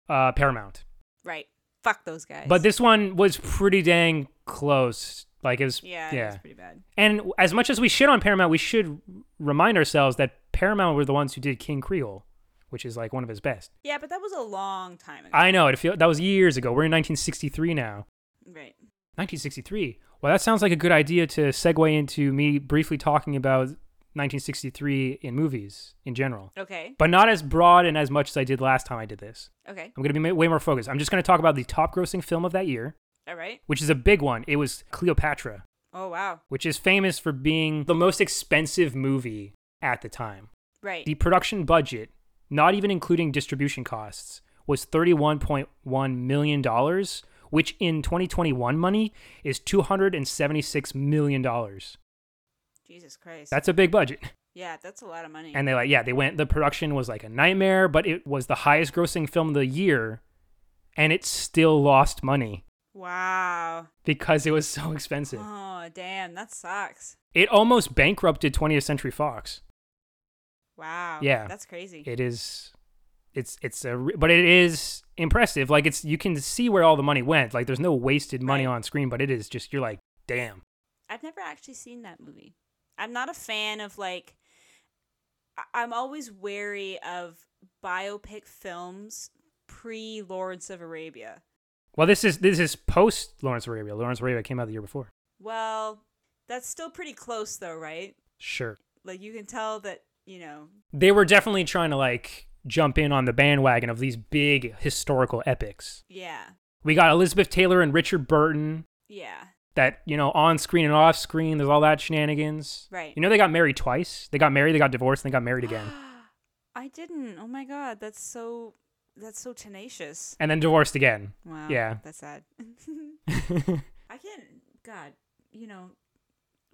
[SPEAKER 2] Uh, Paramount.
[SPEAKER 3] Right. fuck those guys.
[SPEAKER 2] But this one was pretty dang close. Like it was,
[SPEAKER 3] yeah,
[SPEAKER 2] yeah.
[SPEAKER 3] yeah, it's pretty bad.
[SPEAKER 2] And as much as we shit on Paramount, we should remind ourselves that Paramount were the ones who did King Creole, which is like one of his best.
[SPEAKER 3] Yeah, but that was a long time ago.
[SPEAKER 2] I know it feel that was years ago. We're in 1963 now.
[SPEAKER 3] right.
[SPEAKER 2] 1963. Well, that sounds like a good idea to segue into me briefly talking about 1963 in movies in general,
[SPEAKER 3] Okay.
[SPEAKER 2] but not as broad and as much as I did last time I did this.
[SPEAKER 3] Okay.
[SPEAKER 2] I'm going to be ma- way more focused. I'm just going to talk about the top grossing film of that year,
[SPEAKER 3] All right.
[SPEAKER 2] which is a big one. It was Cleopatra.
[SPEAKER 3] Oh wow.
[SPEAKER 2] which is famous for being the most expensive movie at the time.
[SPEAKER 3] Right.
[SPEAKER 2] The production budget, not even including distribution costs, was $31.1 million, which in 2021 money is $276 million.
[SPEAKER 3] Jesus Christ.
[SPEAKER 2] That's a big budget.
[SPEAKER 3] yeah, that's a lot of money.
[SPEAKER 2] And they like, yeah, they went, the production was like a nightmare, but it was the highest grossing film of the year, and it still lost money
[SPEAKER 3] wow.
[SPEAKER 2] because it was so expensive.
[SPEAKER 3] Oh damn, that sucks.
[SPEAKER 2] It almost bankrupted 20th Century Fox.
[SPEAKER 3] Wow.
[SPEAKER 2] Yeah.
[SPEAKER 3] That's crazy.
[SPEAKER 2] it is it's it's a re- but it is impressive like it's you can see where all the money went like there's no wasted money
[SPEAKER 3] Right.
[SPEAKER 2] on screen but it is just you're like damn
[SPEAKER 3] I've never actually seen that movie. I'm not a fan of like. I- I'm always wary of biopic films pre Lawrence of Arabia.
[SPEAKER 2] well this is this is post lawrence of arabia lawrence of arabia came out the year before
[SPEAKER 3] Well, that's still pretty close though, right?
[SPEAKER 2] sure
[SPEAKER 3] Like you can tell that you know.
[SPEAKER 2] they were definitely trying to like jump in on the bandwagon of these big historical epics
[SPEAKER 3] Yeah,
[SPEAKER 2] we got elizabeth taylor and richard burton
[SPEAKER 3] yeah,
[SPEAKER 2] that you know on screen and off screen there's all that shenanigans
[SPEAKER 3] Right.
[SPEAKER 2] you know they got married twice they got married they got divorced and they got married again
[SPEAKER 3] I didn't. Oh my god, that's so that's so tenacious.
[SPEAKER 2] and then divorced again
[SPEAKER 3] Wow.
[SPEAKER 2] Yeah.
[SPEAKER 3] That's sad. I can't. God, you know,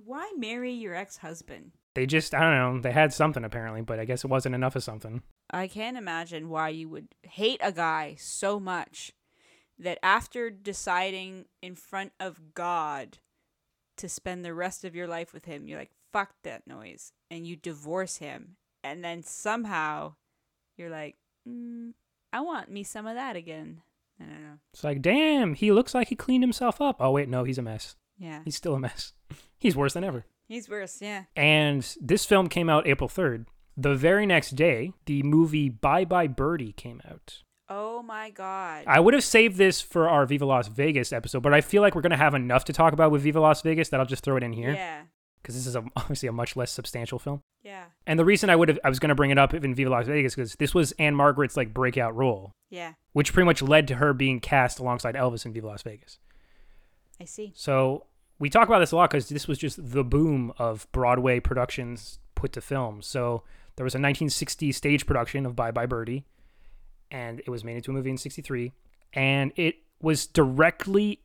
[SPEAKER 3] why marry your ex husband?
[SPEAKER 2] they just I don't know, they had something apparently, but I guess it wasn't enough of something.
[SPEAKER 3] I can't imagine why you would hate a guy so much that after deciding in front of God to spend the rest of your life with him, you're like, fuck that noise. And you divorce him. And then somehow you're like, mm, I want me some of that again. I don't know.
[SPEAKER 2] It's like, damn, he looks like he cleaned himself up. Oh wait, no, he's a mess.
[SPEAKER 3] Yeah.
[SPEAKER 2] He's still a mess. He's worse than ever.
[SPEAKER 3] He's worse. Yeah.
[SPEAKER 2] And this film came out April 3rd. The very next day, the movie Bye Bye Birdie came out.
[SPEAKER 3] Oh my God.
[SPEAKER 2] I would have saved this for our Viva Las Vegas episode, but I feel like we're going to have enough to talk about with Viva Las Vegas that I'll just throw it in here
[SPEAKER 3] Yeah.
[SPEAKER 2] because this is a, obviously a much less substantial film.
[SPEAKER 3] Yeah.
[SPEAKER 2] And the reason I would have I was going to bring it up in Viva Las Vegas because this was Anne Margaret's like breakout role.
[SPEAKER 3] Yeah.
[SPEAKER 2] which pretty much led to her being cast alongside Elvis in Viva Las Vegas.
[SPEAKER 3] I see.
[SPEAKER 2] So we talk about this a lot because this was just the boom of Broadway productions put to film. So there was a 1960 stage production of Bye Bye Birdie, and it was made into a movie in 63, and it was directly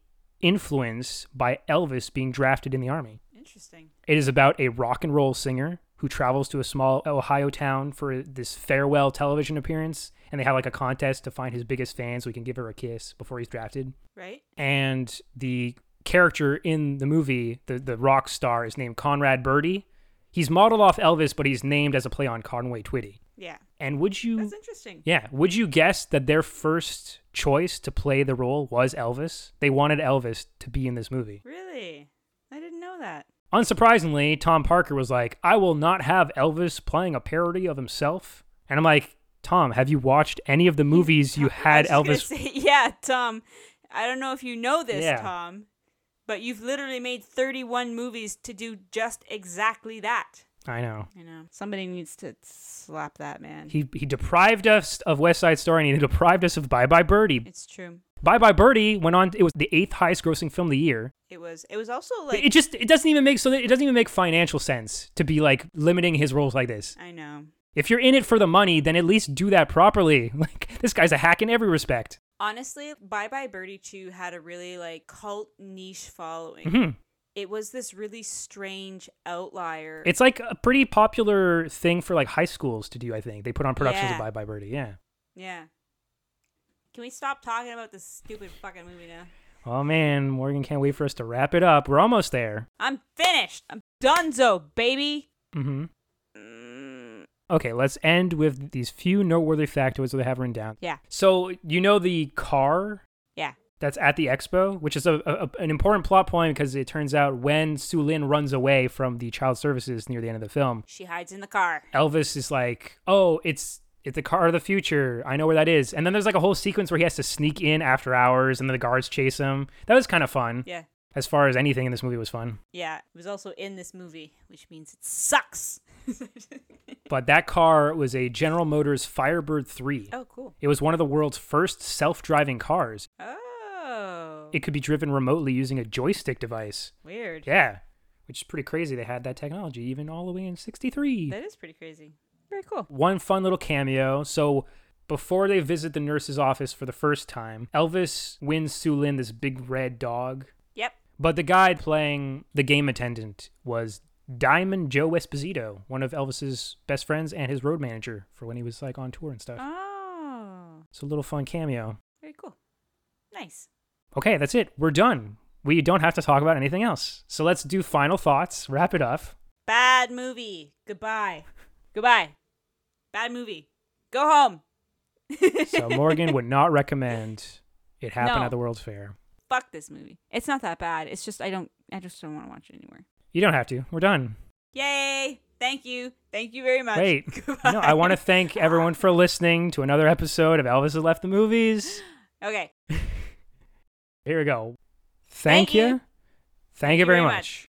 [SPEAKER 2] influenced by Elvis being drafted in the army.
[SPEAKER 3] Interesting.
[SPEAKER 2] It is about a rock and roll singer who travels to a small Ohio town for this farewell television appearance, and they have like a contest to find his biggest fan so he can give her a kiss before he's drafted.
[SPEAKER 3] Right?
[SPEAKER 2] And the character in the movie, the, the rock star, is named Conrad Birdie. He's modeled off Elvis, but he's named as a play on Conway Twitty.
[SPEAKER 3] Yeah.
[SPEAKER 2] And would you,
[SPEAKER 3] That's interesting.
[SPEAKER 2] yeah, would you guess that their first choice to play the role was Elvis? They wanted Elvis to be in this movie.
[SPEAKER 3] Really? I didn't know that.
[SPEAKER 2] Unsurprisingly, Tom Parker was like, I will not have Elvis playing a parody of himself. And I'm like, Tom, have you watched any of the movies you had
[SPEAKER 3] I was
[SPEAKER 2] Elvis?
[SPEAKER 3] just gonna say- yeah, Tom. I don't know if you know this,
[SPEAKER 2] Yeah.
[SPEAKER 3] Tom, but you've literally made 31 movies to do just exactly that.
[SPEAKER 2] I know.
[SPEAKER 3] I know. Somebody needs to slap that man.
[SPEAKER 2] He, he deprived us of West Side Story and he deprived us of Bye Bye Birdie.
[SPEAKER 3] it's true.
[SPEAKER 2] Bye Bye Birdie went on, it was the eighth highest grossing film of the year.
[SPEAKER 3] It was. It was also
[SPEAKER 2] It-
[SPEAKER 3] like.
[SPEAKER 2] it just, it doesn't even make, so it doesn't even make financial sense to be like limiting his roles like this.
[SPEAKER 3] I know.
[SPEAKER 2] If you're in it for the money, then at least do that properly. Like, this guy's a hack in every respect.
[SPEAKER 3] Honestly, Bye Bye Birdie 2 had a really like cult niche following.
[SPEAKER 2] hmm
[SPEAKER 3] It was this really strange outlier.
[SPEAKER 2] It's like a pretty popular thing for like high schools to do. I think they put on productions
[SPEAKER 3] Yeah.
[SPEAKER 2] of Bye Bye Birdie. Yeah.
[SPEAKER 3] yeah. Can we stop talking about this stupid fucking movie now?
[SPEAKER 2] Oh man, Morgan can't wait for us to wrap it up. We're almost there.
[SPEAKER 3] I'm finished. I'm donezo, baby.
[SPEAKER 2] hmm
[SPEAKER 3] Mm,
[SPEAKER 2] Okay, let's end with these few noteworthy factoids that I have written down.
[SPEAKER 3] yeah,
[SPEAKER 2] So you know the car
[SPEAKER 3] yeah.
[SPEAKER 2] that's at the expo, which is a, a an important plot point because it turns out when Su Lin runs away from the child services near the end of the film,
[SPEAKER 3] She hides in the car.
[SPEAKER 2] Elvis is like, "Oh, it's it's the car of the future. I know where that is." And then there's like a whole sequence where he has to sneak in after hours, and then the guards chase him. That was kind of fun.
[SPEAKER 3] Yeah.
[SPEAKER 2] As far as anything in this movie was fun,
[SPEAKER 3] Yeah. It was also in this movie, which means it sucks.
[SPEAKER 2] but that car was a General Motors Firebird 3.
[SPEAKER 3] oh, cool.
[SPEAKER 2] It was one of the world's first self-driving cars.
[SPEAKER 3] Oh.
[SPEAKER 2] It could be driven remotely using a joystick device.
[SPEAKER 3] Weird.
[SPEAKER 2] Yeah, which is pretty crazy. They had that technology even all the way in '63.
[SPEAKER 3] That is pretty crazy. Very cool.
[SPEAKER 2] one fun little cameo. So before they visit the nurse's office for the first time, Elvis wins Sue Lin this big red dog.
[SPEAKER 3] Yep.
[SPEAKER 2] But the guy playing the game attendant was Diamond Joe Esposito, one of Elvis's best friends and his road manager for when he was like on tour and stuff.
[SPEAKER 3] Oh.
[SPEAKER 2] It's a little fun cameo.
[SPEAKER 3] Very cool. Nice.
[SPEAKER 2] Okay, that's it. We're done. We don't have to talk about anything else. So let's do final thoughts, wrap it up.
[SPEAKER 3] Bad movie. Goodbye. Goodbye. Bad movie. Go home.
[SPEAKER 2] So Morgan would not recommend it happen
[SPEAKER 3] No.
[SPEAKER 2] at the World's Fair.
[SPEAKER 3] Fuck this movie. It's not that bad. It's just I don't I just don't want to watch it anymore.
[SPEAKER 2] You don't have to. We're done.
[SPEAKER 3] Yay! Thank you. Thank you very much.
[SPEAKER 2] Wait,
[SPEAKER 3] Goodbye.
[SPEAKER 2] no, I want to thank everyone for listening to another episode of Elvis Has Left the Movies.
[SPEAKER 3] Okay.
[SPEAKER 2] Here we go.
[SPEAKER 3] Thank
[SPEAKER 2] Thank,
[SPEAKER 3] you.
[SPEAKER 2] you. Thank, you very much.